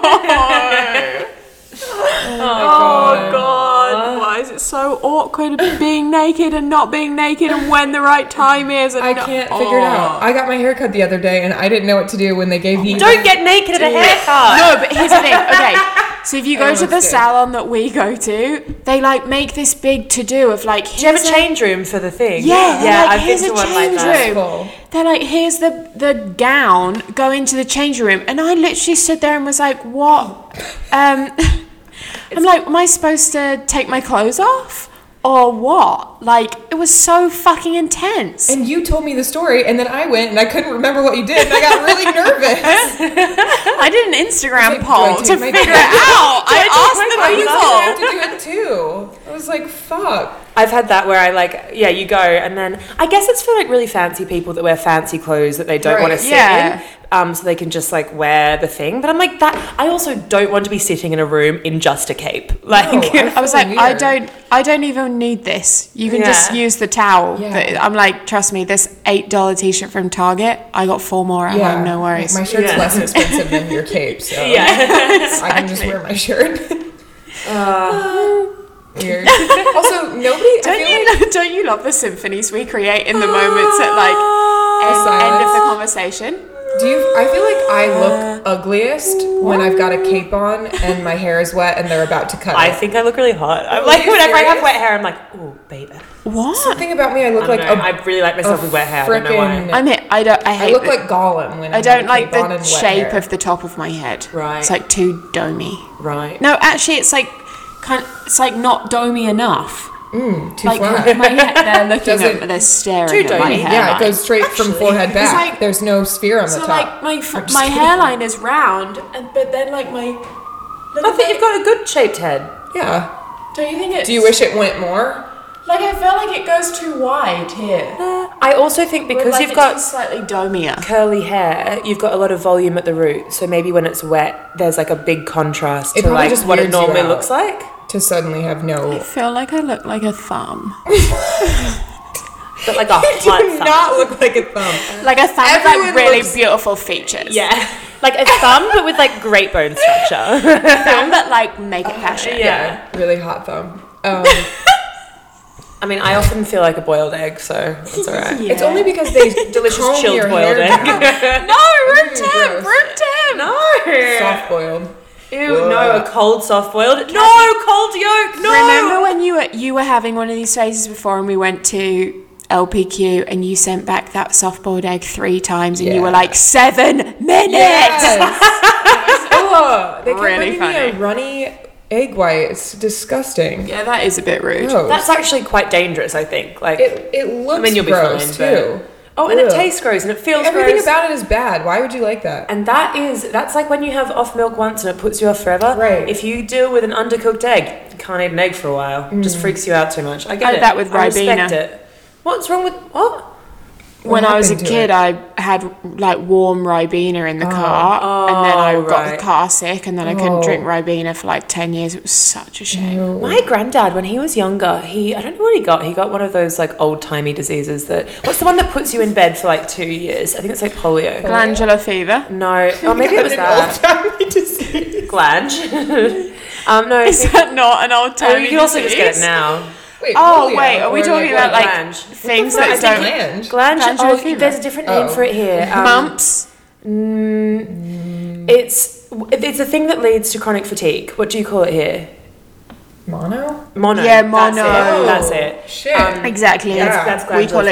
S4: "Ah, no.
S5: oh,
S4: God, why is it so awkward being naked and not being naked and when the right time is? And
S5: I
S4: not- Oh.
S5: can't figure it out. I got my hair cut the other day and I didn't know what to do when they gave me.
S2: Don't get naked at a haircut.
S4: No, but here's the thing. Okay. So if you go to
S5: Everyone's
S4: the
S5: good.
S4: salon that we go to, they like make this big to do of like
S2: Do you have
S4: here's
S2: a change room for the thing?
S4: Yeah,
S2: yeah,
S4: yeah. Like,
S2: I've been
S4: here's
S2: to
S4: a
S2: one like
S4: change
S2: that.
S4: room. They're like, here's the the gown. Go into the change room, and I literally stood there and was like, what? Um, I'm like, am I supposed to take my clothes off? or what? Like, it was so fucking intense.
S5: And you told me the story, and then I went and I couldn't remember what you did, and I got really nervous.
S4: I did an Instagram
S5: Like,
S4: poll
S5: do I
S4: to
S5: take my-
S4: figure it out.
S5: I was
S4: I asked the people.
S5: gonna have to do it too. I was like, fuck.
S2: I've had that where I like, yeah, you go, and then I guess it's for like really fancy people that wear fancy clothes that they don't
S5: Right,
S2: want to sit
S4: yeah.
S2: in, um, so they can just like wear the thing. But I'm like that. I also don't want to be sitting in a room in just a cape. Like,
S5: No,
S4: I was
S5: feel
S4: like, I
S5: weird.
S4: don't, I don't even need this. You can just
S2: Yeah.
S4: use the towel.
S5: Yeah.
S4: that- I'm like, trust me, this eight dollar t-shirt from Target. I got four more at home. No worries.
S5: My shirt's
S2: Yeah.
S5: less expensive than your cape, so I can just wear my shirt.
S2: Uh.
S5: Weird. also, nobody. I
S4: Don't
S5: feel
S4: you
S5: like
S4: lo- don't you love the symphonies we create in the moments at like end,
S5: Silence.
S4: end of the conversation?
S5: do you? I feel like I look ugliest when I've got a cape on and my hair is wet and they're about to cut.
S2: I
S5: it.
S2: think I look really hot. I'm like,
S5: you
S2: whenever I have
S5: serious?
S2: wet hair, I'm like, oh, baby.
S4: What?
S5: Something about me, I look
S2: I,
S5: like
S2: like, know,
S5: a
S2: I really like myself with wet hair. I don't know why.
S5: frickin'
S4: I mean, I don't. I hate.
S5: I look
S4: the-
S5: like Gollum when
S4: I
S5: have
S4: don't
S5: a
S4: like
S5: cape on
S4: the
S5: and wet
S4: shape
S5: hair.
S4: of the top of my head.
S2: Right.
S4: It's like too domey.
S2: Right.
S4: No, actually, it's like kind. It's like not domey enough.
S5: too
S4: Like
S5: flat.
S4: my head, they're looking
S5: Doesn't-
S4: at, they're staring
S2: Too
S4: at my
S2: domey,
S4: hair.
S5: yeah, it goes straight from forehead back.
S4: like-
S5: There's no sphere on the
S4: So
S5: top.
S4: like my f-
S5: just
S4: my
S5: kidding.
S4: hairline is round, and but then like my.
S2: I think you've got a good shaped head.
S5: yeah.
S4: Don't you think it's?
S5: Do you wish it went more?
S4: Like I feel like it goes too wide here.
S2: I also think because
S4: Like,
S2: you've
S4: it's
S2: got
S4: just slightly domier.
S2: curly hair, you've got a lot of volume at the root. So maybe when it's wet, there's like a big contrast
S5: It
S2: to
S5: probably
S2: like
S5: just
S2: what it
S5: weirds you
S2: normally
S5: out.
S2: looks like.
S5: To suddenly have no.
S4: I feel like I look like a thumb.
S2: But like a hot thumb.
S5: Not look like a thumb.
S4: Like a thumb with
S5: Everyone
S4: like really
S5: looks-
S4: beautiful features.
S2: yeah. Like a thumb, but with like great bone structure.
S4: Thumb that like make it fashion.
S5: Yeah, really hot thumb. Um,
S2: I mean, I often feel like a boiled egg, so that's all right.
S5: It's only because they
S2: Delicious
S5: comb
S2: chilled
S5: your
S2: boiled
S5: hair
S2: egg.
S5: down.
S4: No, room
S5: Ooh,
S4: temp,
S5: gross.
S4: room temp. No.
S5: soft boiled.
S2: Ew, no, a cold soft boiled. No, cold yolk. No.
S4: Remember when you were you were having one of these phases before, and we went to LPQ, and you sent back that soft boiled egg three times, and you were
S5: Yeah.
S4: like seven minutes.
S5: Ugh, Oh, they kept
S4: Really
S5: bringing me
S4: funny.
S5: a runny egg white. It's disgusting.
S4: Yeah, that is a bit rude.
S5: Gross.
S2: That's actually quite dangerous, I think. Like,
S5: it, it looks
S2: I mean, you'll be
S5: gross
S2: fine. but-
S5: too.
S2: Oh, and it
S5: Ugh.
S2: tastes gross and it feels
S5: Everything
S2: gross.
S5: about it is bad. Why would you like that?
S2: And that is that's like when you have off milk once and it puts you off forever.
S5: Right.
S2: If you deal with an undercooked egg, you can't eat an egg for a while. It
S5: Mm.
S2: Just freaks you out too much. I get
S4: I had
S2: it.
S4: Oh, that with
S2: I respect
S4: Ribena.
S2: it. What's wrong with what?
S4: when I was a
S5: happened to
S4: kid,
S5: it?
S4: I had like warm Ribena in the car, and then I
S2: Oh,
S4: got the
S2: right.
S4: car sick, and then I couldn't
S5: Oh.
S4: drink Ribena for like ten years. It was such a shame.
S5: Mm.
S2: My granddad, when he was younger, he I don't know what he got. He got one of those like old timey diseases that what's the one that puts you in bed for like two years? I think it's like polio.
S4: Glandular fever.
S2: no, oh maybe it was that glange. um, no, I
S4: Is
S2: think,
S4: that not an old
S2: oh,
S4: time?
S2: you can also just get it now.
S4: Oh wait, are we talking about like
S2: glange?
S4: things
S5: What the
S4: that
S5: fuck? I
S4: don't?
S5: think
S2: Glange.
S4: Glandular
S2: Oh,
S4: fever.
S2: there's a different name
S5: Oh.
S2: for it here. Um,
S4: Mumps.
S2: It's it's a thing that leads to chronic fatigue. What do you call it here?
S5: mono? Oh,
S2: Mono.
S4: Yeah, mono.
S2: Oh, That's it. That's it.
S5: Shit.
S4: Exactly.
S5: Yeah.
S2: That's
S4: Um, we
S2: glandular
S4: call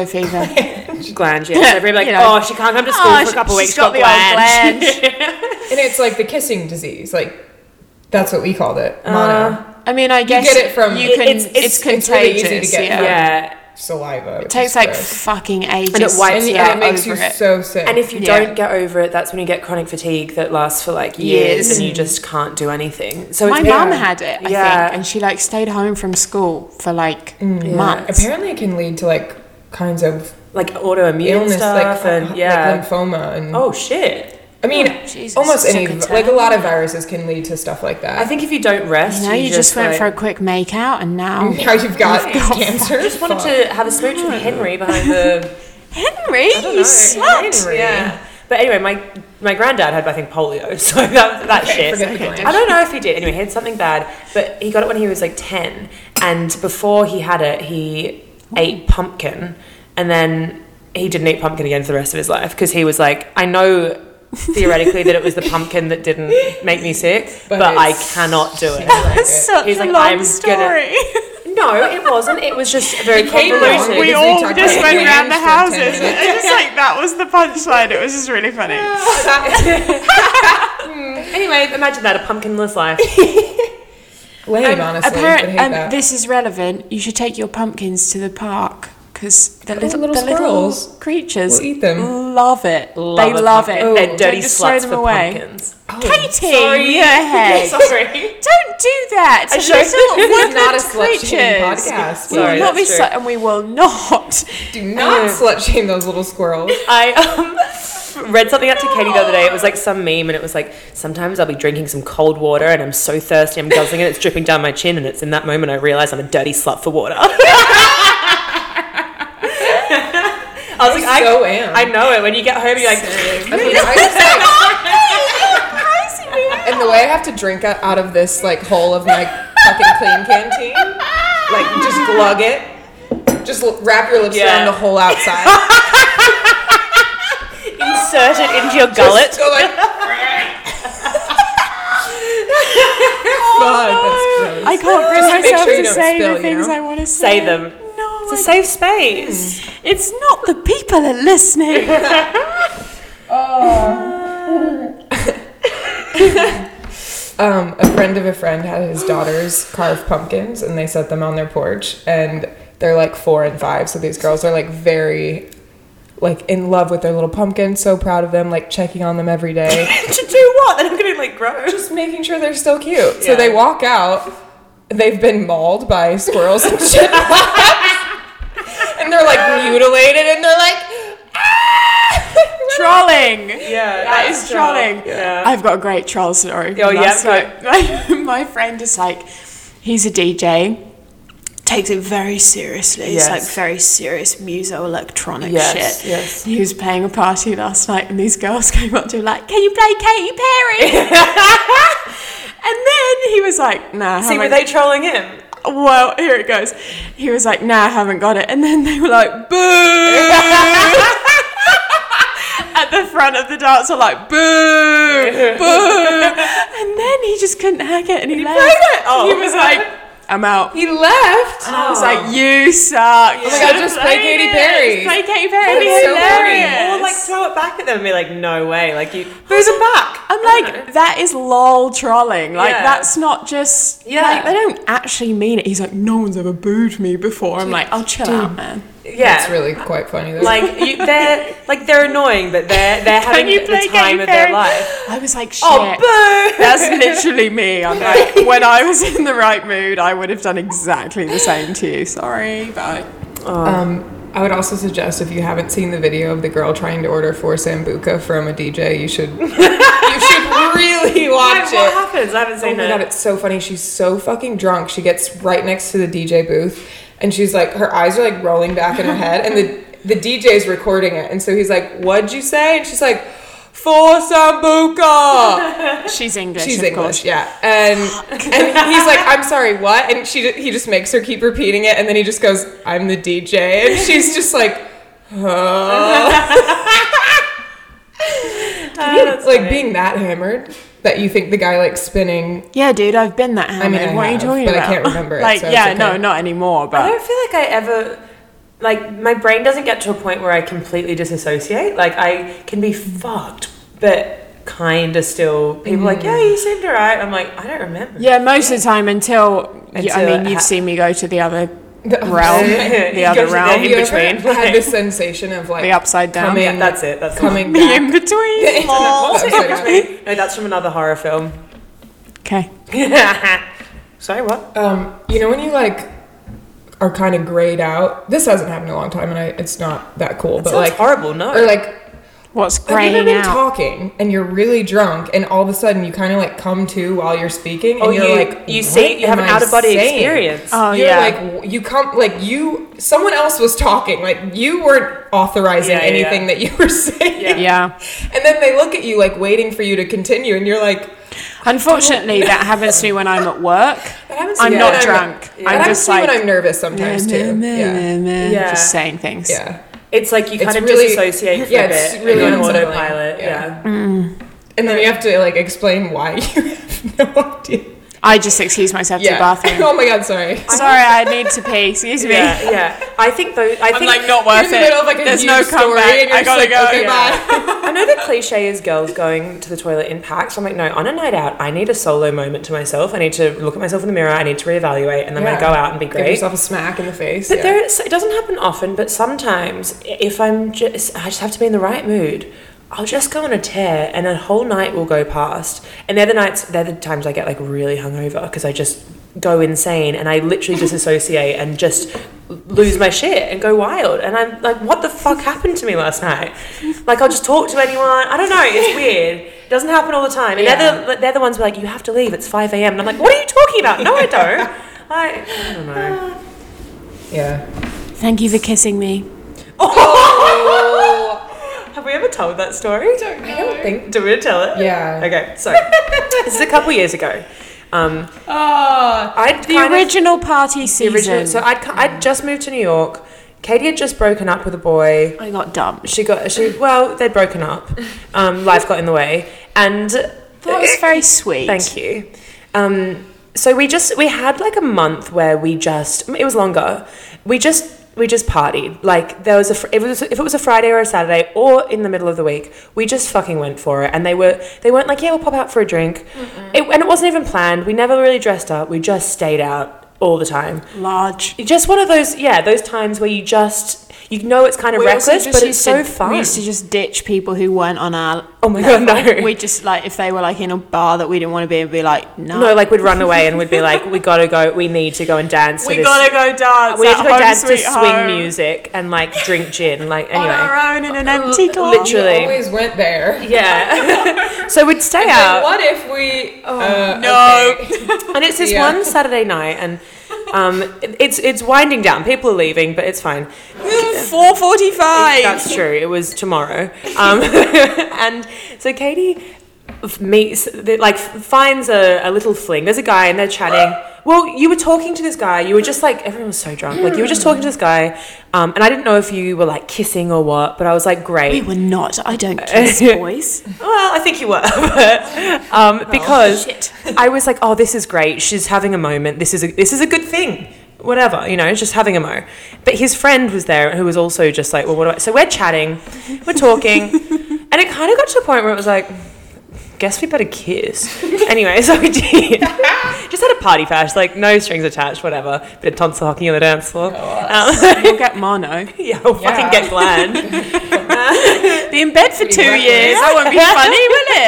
S4: it
S2: fever.
S4: glandular fever.
S2: Glange. Yeah. So everybody's like,
S4: You know.
S2: oh, she can't come to school
S4: Oh,
S2: for a
S4: she-
S2: couple weeks.
S4: she's got the old
S2: glange.
S5: and it's like the kissing disease. Like that's what we called
S2: Uh,
S5: it. Mono
S4: I mean, I guess
S5: get it from-
S4: you
S5: It-
S4: can. It's,
S2: it's- it's-
S5: it's really easy
S4: contagious.
S5: to get
S4: yeah.
S5: from-
S2: yeah.
S5: saliva.
S4: It takes like fucking ages.
S2: it wipes
S5: and,
S2: you
S5: and
S2: out
S5: it makes you
S4: over it.
S5: so sick.
S2: And if you
S4: Yeah.
S2: don't get over it, that's when you get chronic fatigue that lasts for like years,
S4: Years.
S2: and you just can't do anything. So
S4: My
S2: it's
S4: mum had it, I
S2: Yeah.
S4: think, and she like stayed home from school for like months.
S5: apparently it can lead to like kinds of
S2: like autoimmune
S5: illness,
S2: stuff,
S5: like,
S2: and
S5: like
S2: yeah.
S5: lymphoma and
S2: oh shit!
S5: I mean
S4: Jesus,
S5: almost
S4: it's a
S5: any
S4: good
S5: like a
S4: time.
S5: lot of viruses can lead to stuff like that.
S2: I think if you don't rest,
S4: You know, you, just, went
S2: like-
S4: for a quick make out, and now
S5: now you've got
S2: I
S5: cancer.
S2: just wanted to have a smooch with Henry behind the
S4: Henry,
S2: I don't
S4: you
S2: know.
S4: slut.
S5: Henry.
S2: Yeah. But anyway, my my granddad had I think polio, so that that shit.
S5: forget the Okay. glands.
S2: I don't know if he did. Anyway, he had something bad, but he got it when he was like ten, and before he had it, he ate pumpkin, and then he didn't eat pumpkin again for the rest of his life because he was like, I know theoretically that it was the pumpkin that didn't make me sick,
S5: But
S2: but, I
S5: it's-
S2: cannot do it.
S5: Like
S4: Such
S2: He's
S4: a
S2: like,
S4: long
S2: "I'm gonna-"
S4: story.
S2: No, it wasn't. It was just very
S5: came along
S2: convoluted.
S5: because
S4: we
S5: we
S4: all
S5: talked
S4: just
S5: about
S4: went
S5: glands
S4: round the
S5: for 10
S4: houses.
S5: minutes.
S4: It's just like that was the punchline. It was just really funny. Um,
S2: anyway, imagine that a pumpkinless life.
S5: lame,
S4: Um,
S5: honestly.
S4: apparent-
S5: would hate
S4: um,
S5: that.
S4: this is relevant. You should take your pumpkins to the park because the little,
S5: little
S4: the little
S5: squirrels
S4: creatures
S5: will eat them.
S4: Love it. they
S2: a
S4: love
S2: pumpkin.
S4: it.
S2: Oh,
S4: they
S2: dirty
S4: don't just throw
S2: sluts
S4: them
S2: for
S4: away.
S2: pumpkins. Oh,
S4: Katie,
S2: sorry.
S4: your head.
S2: Sorry.
S4: Don't do that.
S2: I
S4: It's
S2: should-
S4: little
S2: This
S5: is not a
S4: woodland
S5: slut-shaming
S4: creatures.
S5: podcast.
S4: We
S2: Sorry,
S4: will not be
S2: that's true.
S4: slut, and we will not.
S5: Do not slut shame those little squirrels.
S2: I um, read something out to Katie the other day. It was like some meme, and it was like, sometimes I'll be drinking some cold water, and I'm so thirsty, I'm guzzling it, it's dripping down my chin, and it's in that moment I realize I'm a dirty slut for water. I was like,
S5: so
S2: I
S5: am.
S2: I know it. When you get home, you're like,
S5: That's what I was like- and the way I have to drink o- out of this like hole of my fucking clean canteen, like just glug it, just l- wrap your lips
S2: Yeah.
S5: around the whole outside.
S2: insert it into your gullet.
S5: Go like. Fuck, that's gross.
S4: I can't bring
S5: Just make
S4: myself
S5: sure you
S4: to
S5: don't
S4: say
S5: spill,
S4: the
S5: you
S4: things
S5: know?
S4: I want to say.
S2: Say them.
S4: No,
S2: It's a
S4: I-
S2: safe space.
S4: it's not the people are listening.
S5: Um, a friend of a friend had his daughters carve pumpkins and they set them on their porch and they're like four and five so these girls are like very like in love with their little pumpkins so proud of them like checking on them every day
S2: to do what? Then I'm gonna like grow.
S5: just making sure they're still cute so
S2: Yeah.
S5: they walk out they've been mauled by squirrels and shit and they're like mutilated and they're like
S4: Trolling.
S2: Yeah,
S4: that is trolling. I've got a great troll story.
S2: Oh,
S4: from
S2: yeah,
S4: last night. My, my friend is like, he's a DJ, takes it very seriously. It's
S2: Yes.
S4: like very serious muso electronic
S2: Yes,
S4: shit.
S2: yes.
S4: He was playing a party last night, and these girls came up to him like, "Can you play Katy Perry?" and then he was like, "Nah."
S2: See, were
S4: haven't-
S2: they trolling him?
S4: well, here it goes. He was like, nah, I haven't got it. And then they were like, boo! At the front of the dance were like, boo, boo. And then he just couldn't hack it and he, left.
S2: played it? Oh.
S4: He was like, I'm out.
S5: he left
S4: I was like, you suck.
S5: my
S4: Oh
S5: God, just play Katy Perry.
S4: Just play Katy Perry. It'd be
S5: That's so funny.
S4: hilarious.
S2: Or like throw it back at them and be like, no way, like you booze it back.
S4: I'm
S5: Oh,
S4: like, that is lol trolling. Like,
S2: Yeah.
S4: that's not just.
S2: Yeah.
S4: Like, they don't actually mean it. He's like, no one's ever booed me before. I'm like, I'll chill out, man.
S2: yeah,
S5: that's really quite funny though
S2: like you, they're like they're annoying, but they're they're having
S4: you
S2: the
S4: play
S2: time
S4: Katy
S2: of their
S4: Perry?
S2: life.
S4: I was like, shit.
S2: Oh, boo!
S4: That's literally me. I'm like, when I was in the right mood, I would have done exactly the same to you. Sorry, but
S5: Um, I would also suggest if you haven't seen the video of the girl trying to order for sambuca from a DJ, you should you should really watch
S2: What
S5: it.
S2: happens? I haven't
S5: Oh
S2: seen
S5: my god,
S2: it.
S5: it's so funny. She's so fucking drunk. She gets right next to the DJ booth, and she's like, her eyes are like rolling back in her head, and the the DJ's recording it, and so he's like, "What'd you say?" And she's like, "For sambuca."
S4: she's English,
S5: She's
S4: of
S5: English,
S4: course.
S5: yeah. And and he's like, I'm sorry, what? And she ju- he just makes her keep repeating it, and then he just goes, I'm the DJ, and she's just like, oh.
S4: Oh,
S5: Can you- like being that hammered that you think the guy like spinning.
S4: Yeah, dude, I've been that hammered.
S5: mean, I
S4: what are you
S5: have,
S4: talking
S5: but I
S4: about?
S5: can't remember it,
S4: like,
S5: so it's
S4: yeah,
S5: okay.
S4: no, not anymore.
S2: I
S4: But
S2: don't feel like I ever like my brain doesn't get to a point where I completely disassociate. Like I can be fucked, but kinda still. People are like, yeah, you seemed alright. I'm like, I don't remember.
S4: yeah, most of the time until, yeah, I
S2: Until
S4: mean,
S2: it
S4: you've
S2: ha-
S4: seen me go to the other
S5: The other
S4: realm,
S2: side.
S4: the
S2: You go
S4: other
S2: to the
S4: realm,
S2: In
S5: Have you ever
S2: between,
S5: had
S2: like-
S5: this sensation of like
S4: the upside down,
S5: coming?
S2: Yeah, that's it. That's the one.
S5: coming
S4: the
S5: back.
S4: in between.
S5: Lol.
S2: no, that's from another horror film.
S4: Okay.
S2: Sorry, what?
S5: Um, you know when you like are kind of grayed out. This hasn't happened in a long time, and I, it's not that cool. but
S2: sounds
S5: like
S2: horrible, no.
S5: or like
S4: What's
S5: Have you ever
S4: graying
S5: been
S4: out?
S5: talking and you're really drunk and all of a sudden you kind of like come to while you're speaking and
S2: Oh,
S5: you're
S2: you-
S5: like
S2: you see-
S5: "What
S2: you have an
S5: am I
S2: out-of-body
S5: saying?"
S2: experience.
S4: Oh,
S5: you're
S4: yeah.
S5: like w- you come like you someone else was talking like you weren't authorizing
S2: Yeah, yeah,
S5: anything
S2: yeah.
S5: that you were saying.
S4: yeah.
S5: And then they look at you like waiting for you to continue and you're like
S4: Unfortunately, that happens to me when I'm at work.
S5: that happens to
S4: I'm
S5: me
S4: not
S5: when
S4: drunk.
S5: that
S4: I'm
S5: happens
S4: just
S5: to me
S4: like
S5: when I'm nervous sometimes too. Yeah.
S2: Yeah.
S4: just saying things.
S5: Yeah.
S2: It's like you
S5: It's
S2: kind of
S5: really-
S2: disassociate for
S5: yeah,
S2: a bit.
S5: it's
S2: It's
S5: really
S2: really on
S5: unsettling.
S2: autopilot.
S5: Yeah.
S2: Yeah.
S5: And then you have to like explain why you have no idea.
S4: I just excused myself to the bathroom.
S5: oh my god, sorry.
S4: Sorry, I need to pee. Excuse me.
S2: Yeah, yeah. I think those. I
S5: I'm
S2: think
S5: like not worth
S4: in
S5: it.
S4: the middle of, like, a
S5: There's
S4: huge
S5: no
S4: story
S5: comeback.
S4: and you're
S5: I
S4: just
S5: gotta
S4: like,
S5: go.
S4: okay,
S5: yeah.
S2: I know the cliche is girls going to the toilet in packs. I'm like, no, on a night out, I need a solo moment to myself. I need to look at myself in the mirror. I need to reevaluate, and then I
S5: Yeah.
S2: go out and be
S5: Give
S2: great.
S5: yourself a smack in the face.
S2: But
S5: yeah.
S2: there, is- it doesn't happen often. But sometimes, if I'm just, I just have to be in the right mood. I'll just go on a tear, and a whole night will go past. And they're the nights, they're the times I get like really hungover because I just go insane and I literally disassociate and just lose my shit and go wild. And I'm like, what the fuck happened to me last night? Like, I'll just talk to anyone. I don't know. It's weird. It doesn't happen all the time. And they're the they're the ones who are like, you have to leave. It's five a.m. And I'm like, what are you talking about? No, I don't. Like, I don't know.
S5: yeah.
S4: Thank you for kissing me.
S2: Oh
S5: Oh.
S2: Have we ever told that story? I don't, think. Do we tell it?
S5: Yeah.
S2: Okay, so this is a couple years ago. Um, I'd
S4: Ah, The
S2: kind of-
S4: original party season.
S2: original. So I'd, ki- I'd just moved to New York. Katie had just broken up with a boy
S4: I got dumped.
S2: she got she well they'd broken up um, life got in the way and
S4: That was very sweet.
S2: thank you um, so we just we had like a month where we just it was longer we just we just partied like there was a fr- if it was, if it was a friday or a saturday or in the middle of the week we just fucking went for it and they were they weren't like yeah we'll pop out for a drink it, and it wasn't even planned we never really dressed up we just stayed out all the time
S4: Large.
S2: just one of those yeah those times where you just you know it's kind of
S4: We also
S2: reckless
S4: just
S2: but it's
S4: used
S2: so
S4: to-
S2: fun
S4: We used to just ditch people who weren't on our.
S2: Oh my God, no.
S4: We just like if they were like in a bar that we didn't want to be in, we'd be like, no.
S2: No, like we'd run away and we'd be like, "We gotta go. We need to go and dance.
S4: we
S2: to this.
S4: gotta go dance.
S2: We
S4: at
S2: need to go
S4: home,
S2: dance to
S4: sweet
S2: swing
S4: home,
S2: music and like drink gin. and, Like
S4: on
S2: anyway,
S4: our own in an empty club.
S2: literally.
S5: We always went there.
S2: yeah. so we'd stay
S5: Like,
S2: out,
S5: what if we? uh,
S4: No.
S5: okay.
S2: and it's this
S5: Yeah.
S2: one Saturday night, and um, it- it's it's winding down. People are leaving, but it's fine.
S4: Four forty-five.
S2: That's true. It was tomorrow. Um, and so Katie f- meets, th- like, finds a, a little fling. There's a guy and they're chatting. Well, you were talking to this guy. You were just like, everyone was so drunk. Like, you were just talking to this guy. Um, and I didn't know if you were like kissing or what, but I was like, great.
S4: We were not. I don't kiss boys.
S2: Well, I think you were, but, um,
S4: Oh,
S2: because I was like, "Oh, this is great. She's having a moment. This is a this is a good thing. Whatever, you know, just having a mo." But his friend was there, who was also just like, "Well, what?" Do I? So we're chatting, we're talking, and it kind of got to a point where it was like, "Guess we better kiss." anyway, so we did. just had a party fash, like no strings attached, whatever. Bit of tonsil hockey on the dance floor. Um,
S4: We'll get mono.
S2: yeah, I'll fucking get gland.
S4: Be in bed for two
S5: reckless.
S4: years. That won't be funny, will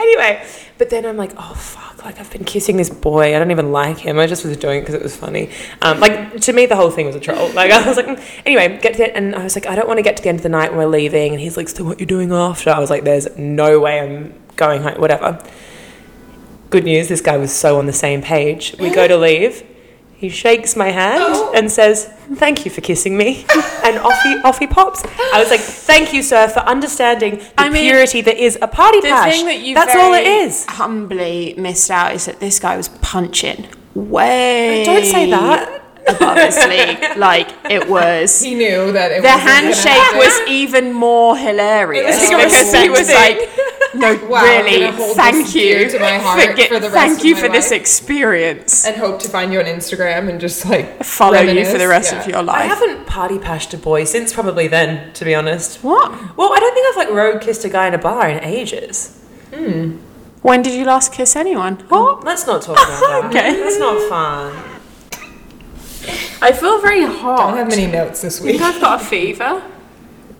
S2: anyway, but then I'm like, oh fuck, like I've been kissing this boy. I don't even like him. I just was doing it because it was funny. Um, like to me, the whole thing was a troll. Like I was like, mm. anyway, get to the and I was like, I don't want to get to the end of the night when we're leaving. And he's like, so what you doing after? I was like, there's no way I'm going home. Whatever. Good news, this guy was so on the same page. We go to leave. He shakes my hand
S4: Oh.
S2: and says, "Thank you for kissing me," and off he off he pops. I was like, "Thank you, sir, for understanding the
S4: I mean,
S2: purity that is a party
S4: The
S2: pash."
S4: thing that you
S2: That's
S4: very
S2: all it is.
S4: Humbly missed out is that this guy was punching way.
S2: Don't say that.
S4: Above his league, like it was.
S5: He knew that it
S4: The
S5: wasn't gonna
S4: handshake
S5: happen.
S4: was even more hilarious
S5: It was like a
S4: because he was like, "No,
S5: Wow, I'm
S4: really,
S5: gonna hold
S4: thank
S5: this
S4: you
S5: dear to my heart
S4: for,
S5: for the rest
S4: thank
S5: of
S4: you
S5: my
S4: for this
S5: life."
S4: experience.
S5: and hope to find you on Instagram and just like
S4: Follow you for the rest of your
S2: I
S4: life."
S2: haven't party pashed a boy since probably then, to be honest.
S4: what?
S2: Well, I don't think I've like road kissed a guy in a bar in ages.
S4: When did you last kiss anyone? What?
S2: Let's not talk about that.
S4: Okay.
S2: That's not fun.
S1: I feel very
S5: I don't
S1: hot.
S5: have many notes this
S1: I
S5: week.
S1: think I've got a fever.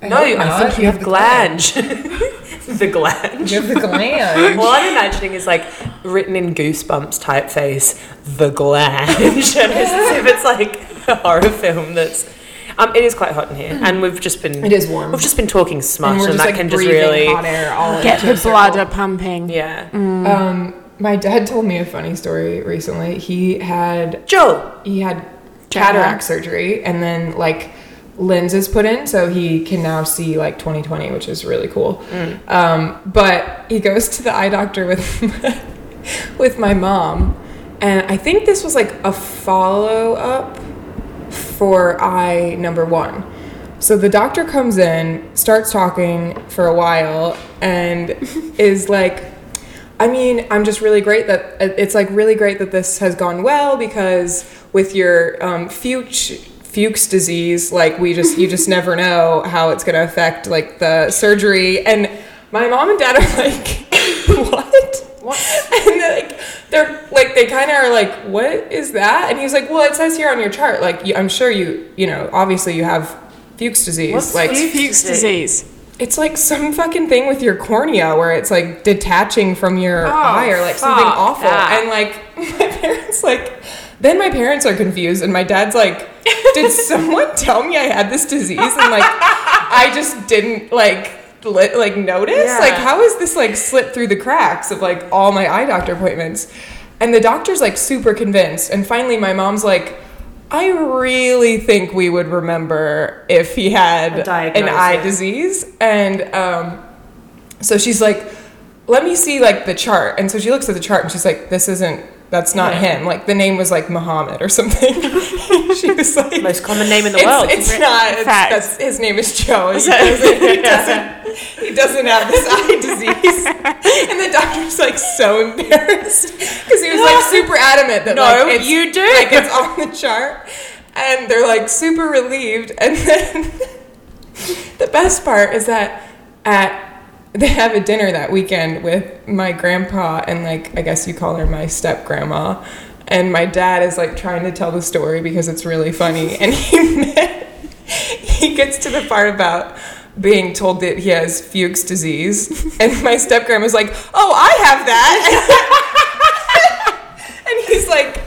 S2: No, I think you have glange. the glange.
S5: You have the gland.
S2: All I'm imagining is like written in goosebumps typeface, the glange. and it's as if it's like a horror film that's. Um, it is quite hot in here, and we've just been.
S5: It is warm.
S2: We've just been talking smut, and,
S5: and we're just
S2: that
S5: like
S2: can just
S5: breathing
S2: really.
S5: hot air all
S4: Get
S5: into
S4: the
S5: a circle.
S4: blood a pumping.
S2: Yeah.
S5: Um, my dad told me a funny story recently. He had
S2: Joe,
S5: he had cataract surgery and then like lenses put in so he can now see like 2020 which is really cool um, but he goes to the eye doctor with with my mom and i think this was like a follow-up for eye number one so the doctor comes in starts talking for a while and is like I mean, I'm just really great that it's like really great that this has gone well because with your um, future. Fuchs disease, like we just, you just never know how it's going to affect like the surgery. And my mom and dad are like, what? What? And they're like, they're like, they kind of are like, what is that? And he's like, well, it says here on your chart, like, you, I'm sure you, you know, obviously you have Fuchs disease. like,
S4: Fuchs disease.
S5: it's like some fucking thing with your cornea where it's like detaching from your eye or like something
S2: Oh, fuck
S5: awful.
S2: that.
S5: And like my parents like then my parents are confused and my dad's like, Did someone tell me I had this disease? And like I just didn't like li- like notice? Like how is this like slipped through the cracks of like all my eye doctor appointments? And the doctor's like super convinced and finally my mom's like I really think we would remember if he had
S7: A
S5: an eye
S7: diagnosis.
S5: disease. And um, so she's like, let me see like the chart. And so she looks at the chart and she's like, this isn't, that's not him. Like the name was like Muhammad or something. she was like,
S2: Most common name in the
S5: it's,
S2: world.
S5: It's not. It's,
S4: Facts.
S5: that's, his name is Joe. and He doesn't, he, doesn't, he doesn't have this eye disease. and the doctor's like so embarrassed because he was like super adamant that
S2: No,
S5: like, it's,
S2: you do.
S5: like it's on the chart. And they're like super relieved. And then the best part is that at they have a dinner that weekend with my grandpa and like I guess you call her my step grandma. And my dad is like trying to tell the story because it's really funny. And he he gets to the part about being told that he has Fuchs disease. And my step grandma's like, Oh, I have that. and he's like,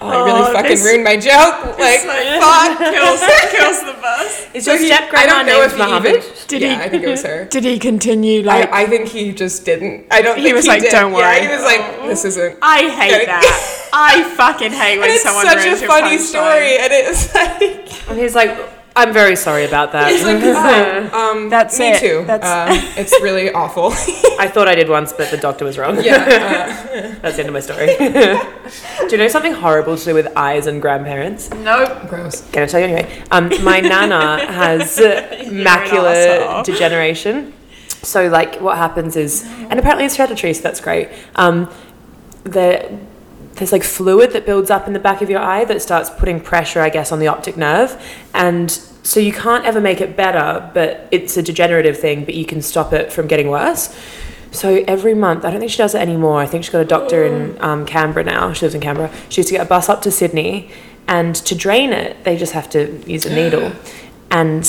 S5: Oh, I really
S2: Oh,
S5: fucking
S2: this-
S5: ruined my joke. Like, fuck, kills, kills the bus.
S2: It's
S5: So
S2: your
S5: he-
S2: step
S5: I
S2: grandma
S5: don't know
S2: named
S5: if
S2: Muhammad.
S5: he even.
S4: Did
S5: yeah,
S4: he-
S5: I think it was her.
S4: Did he continue like
S5: I, I think he just didn't. I don't.
S4: He
S5: think
S4: was like,
S5: did.
S4: "Don't
S5: Yeah,
S4: worry."
S5: he was like, "This isn't."
S4: I hate
S5: Okay.
S4: that. I fucking hate when
S5: And it's
S4: someone
S5: such a
S4: ruins your
S5: funny
S4: punchline.
S5: story, and it's like,
S2: And he's like, I'm very sorry about that.
S5: it's like, oh, um,
S4: That's
S5: me
S4: it.
S5: too.
S4: That's-
S5: Um, it's really awful.
S2: I thought I did once, but the doctor was wrong.
S5: yeah,
S2: That's the end of my story. do you know something horrible to do with eyes and grandparents?
S8: Nope.
S5: uh, gross.
S2: Can I tell you anyway? Um, my nana has macular degeneration. So, like, what happens is, and apparently it's hereditary, so that's great. Um, the, there's like fluid that builds up in the back of your eye that starts putting pressure, I guess, on the optic nerve. And so you can't ever make it better, but it's a degenerative thing, but you can stop it from getting worse. So every month, I don't think she does it anymore. I think she's got a doctor in um, Canberra now. She lives in Canberra. She used to get a bus up to Sydney, and to drain it, they just have to use a needle. And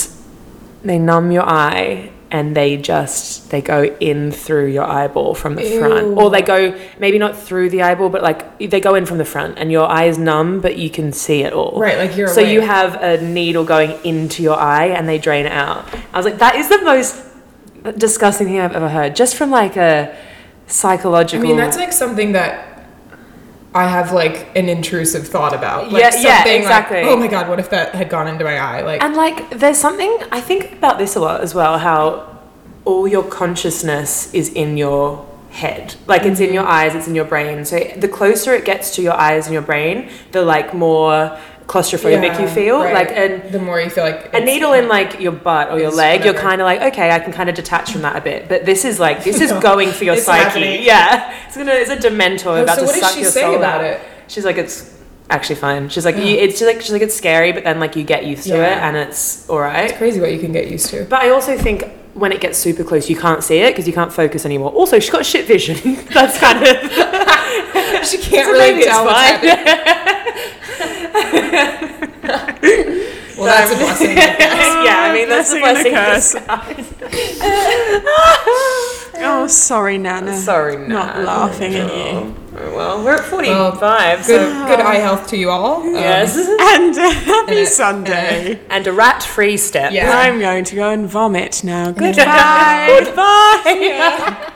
S2: they numb your eye and they just they go in through your eyeball from the front or they go maybe not through the eyeball but like they go in from the front and your eye is numb but you can see it all
S5: Right, like you're
S2: so you
S5: awake.
S2: have a needle going into your eye and they drain it out i was like that is the most disgusting thing i've ever heard just from like a
S5: I
S2: psychological
S5: mean, that's like something that I have like an intrusive thought about. Like,
S2: Yeah,
S5: something
S2: yeah,
S5: like,
S2: exactly.
S5: oh my god, what if that had gone into my eye? Like,
S2: And like, there's something I think about this a lot as well. How all your consciousness is in your head, like it's in your
S5: Mm-hmm.
S2: eyes, it's in your brain. So the closer it gets to your eyes and your brain, the like more claustrophobic
S5: Yeah,
S2: you feel.
S5: right.
S2: Like, and
S5: the more you feel like
S2: a needle in like your butt or your
S5: It's
S2: leg, you're
S5: whatever.
S2: kind of like, okay, I can kind of detach from that a bit. But this is like, this is going for your
S5: It's
S2: psyche.
S5: happening.
S2: Yeah, it's gonna, it's a dementor about
S5: so
S2: to
S5: what did
S2: suck
S5: she
S2: your
S5: say
S2: soul
S5: about
S2: out.
S5: it?
S2: She's like, it's actually fine. She's like, you, it's just like, she's like, it's scary, but then like you get used to
S5: Yeah.
S2: it and it's all right.
S5: It's crazy what you can get used to.
S2: But I also think when it gets super close, you can't see it because you can't focus anymore. Also, she's got shit vision. That's kind of
S5: she can't
S2: so maybe
S5: really
S2: it's
S5: tell what's
S2: fine.
S5: happening. Well, that's a blessing.
S2: yeah. I mean, that's the
S4: Blessing
S2: blessing.
S4: and a
S2: in
S4: Oh, sorry, Nana.
S2: disguise. Sorry,
S4: Not
S2: Nan.
S4: laughing at you.
S2: Oh, Well, we're at forty-five. so-
S5: Good, good eye health to you all. Um,
S2: yes,
S4: And uh, happy
S5: Uh, uh,
S4: Sunday.
S2: and a rat-free step.
S5: Yeah.
S4: I'm going to go and vomit now. Goodbye.
S2: Goodbye.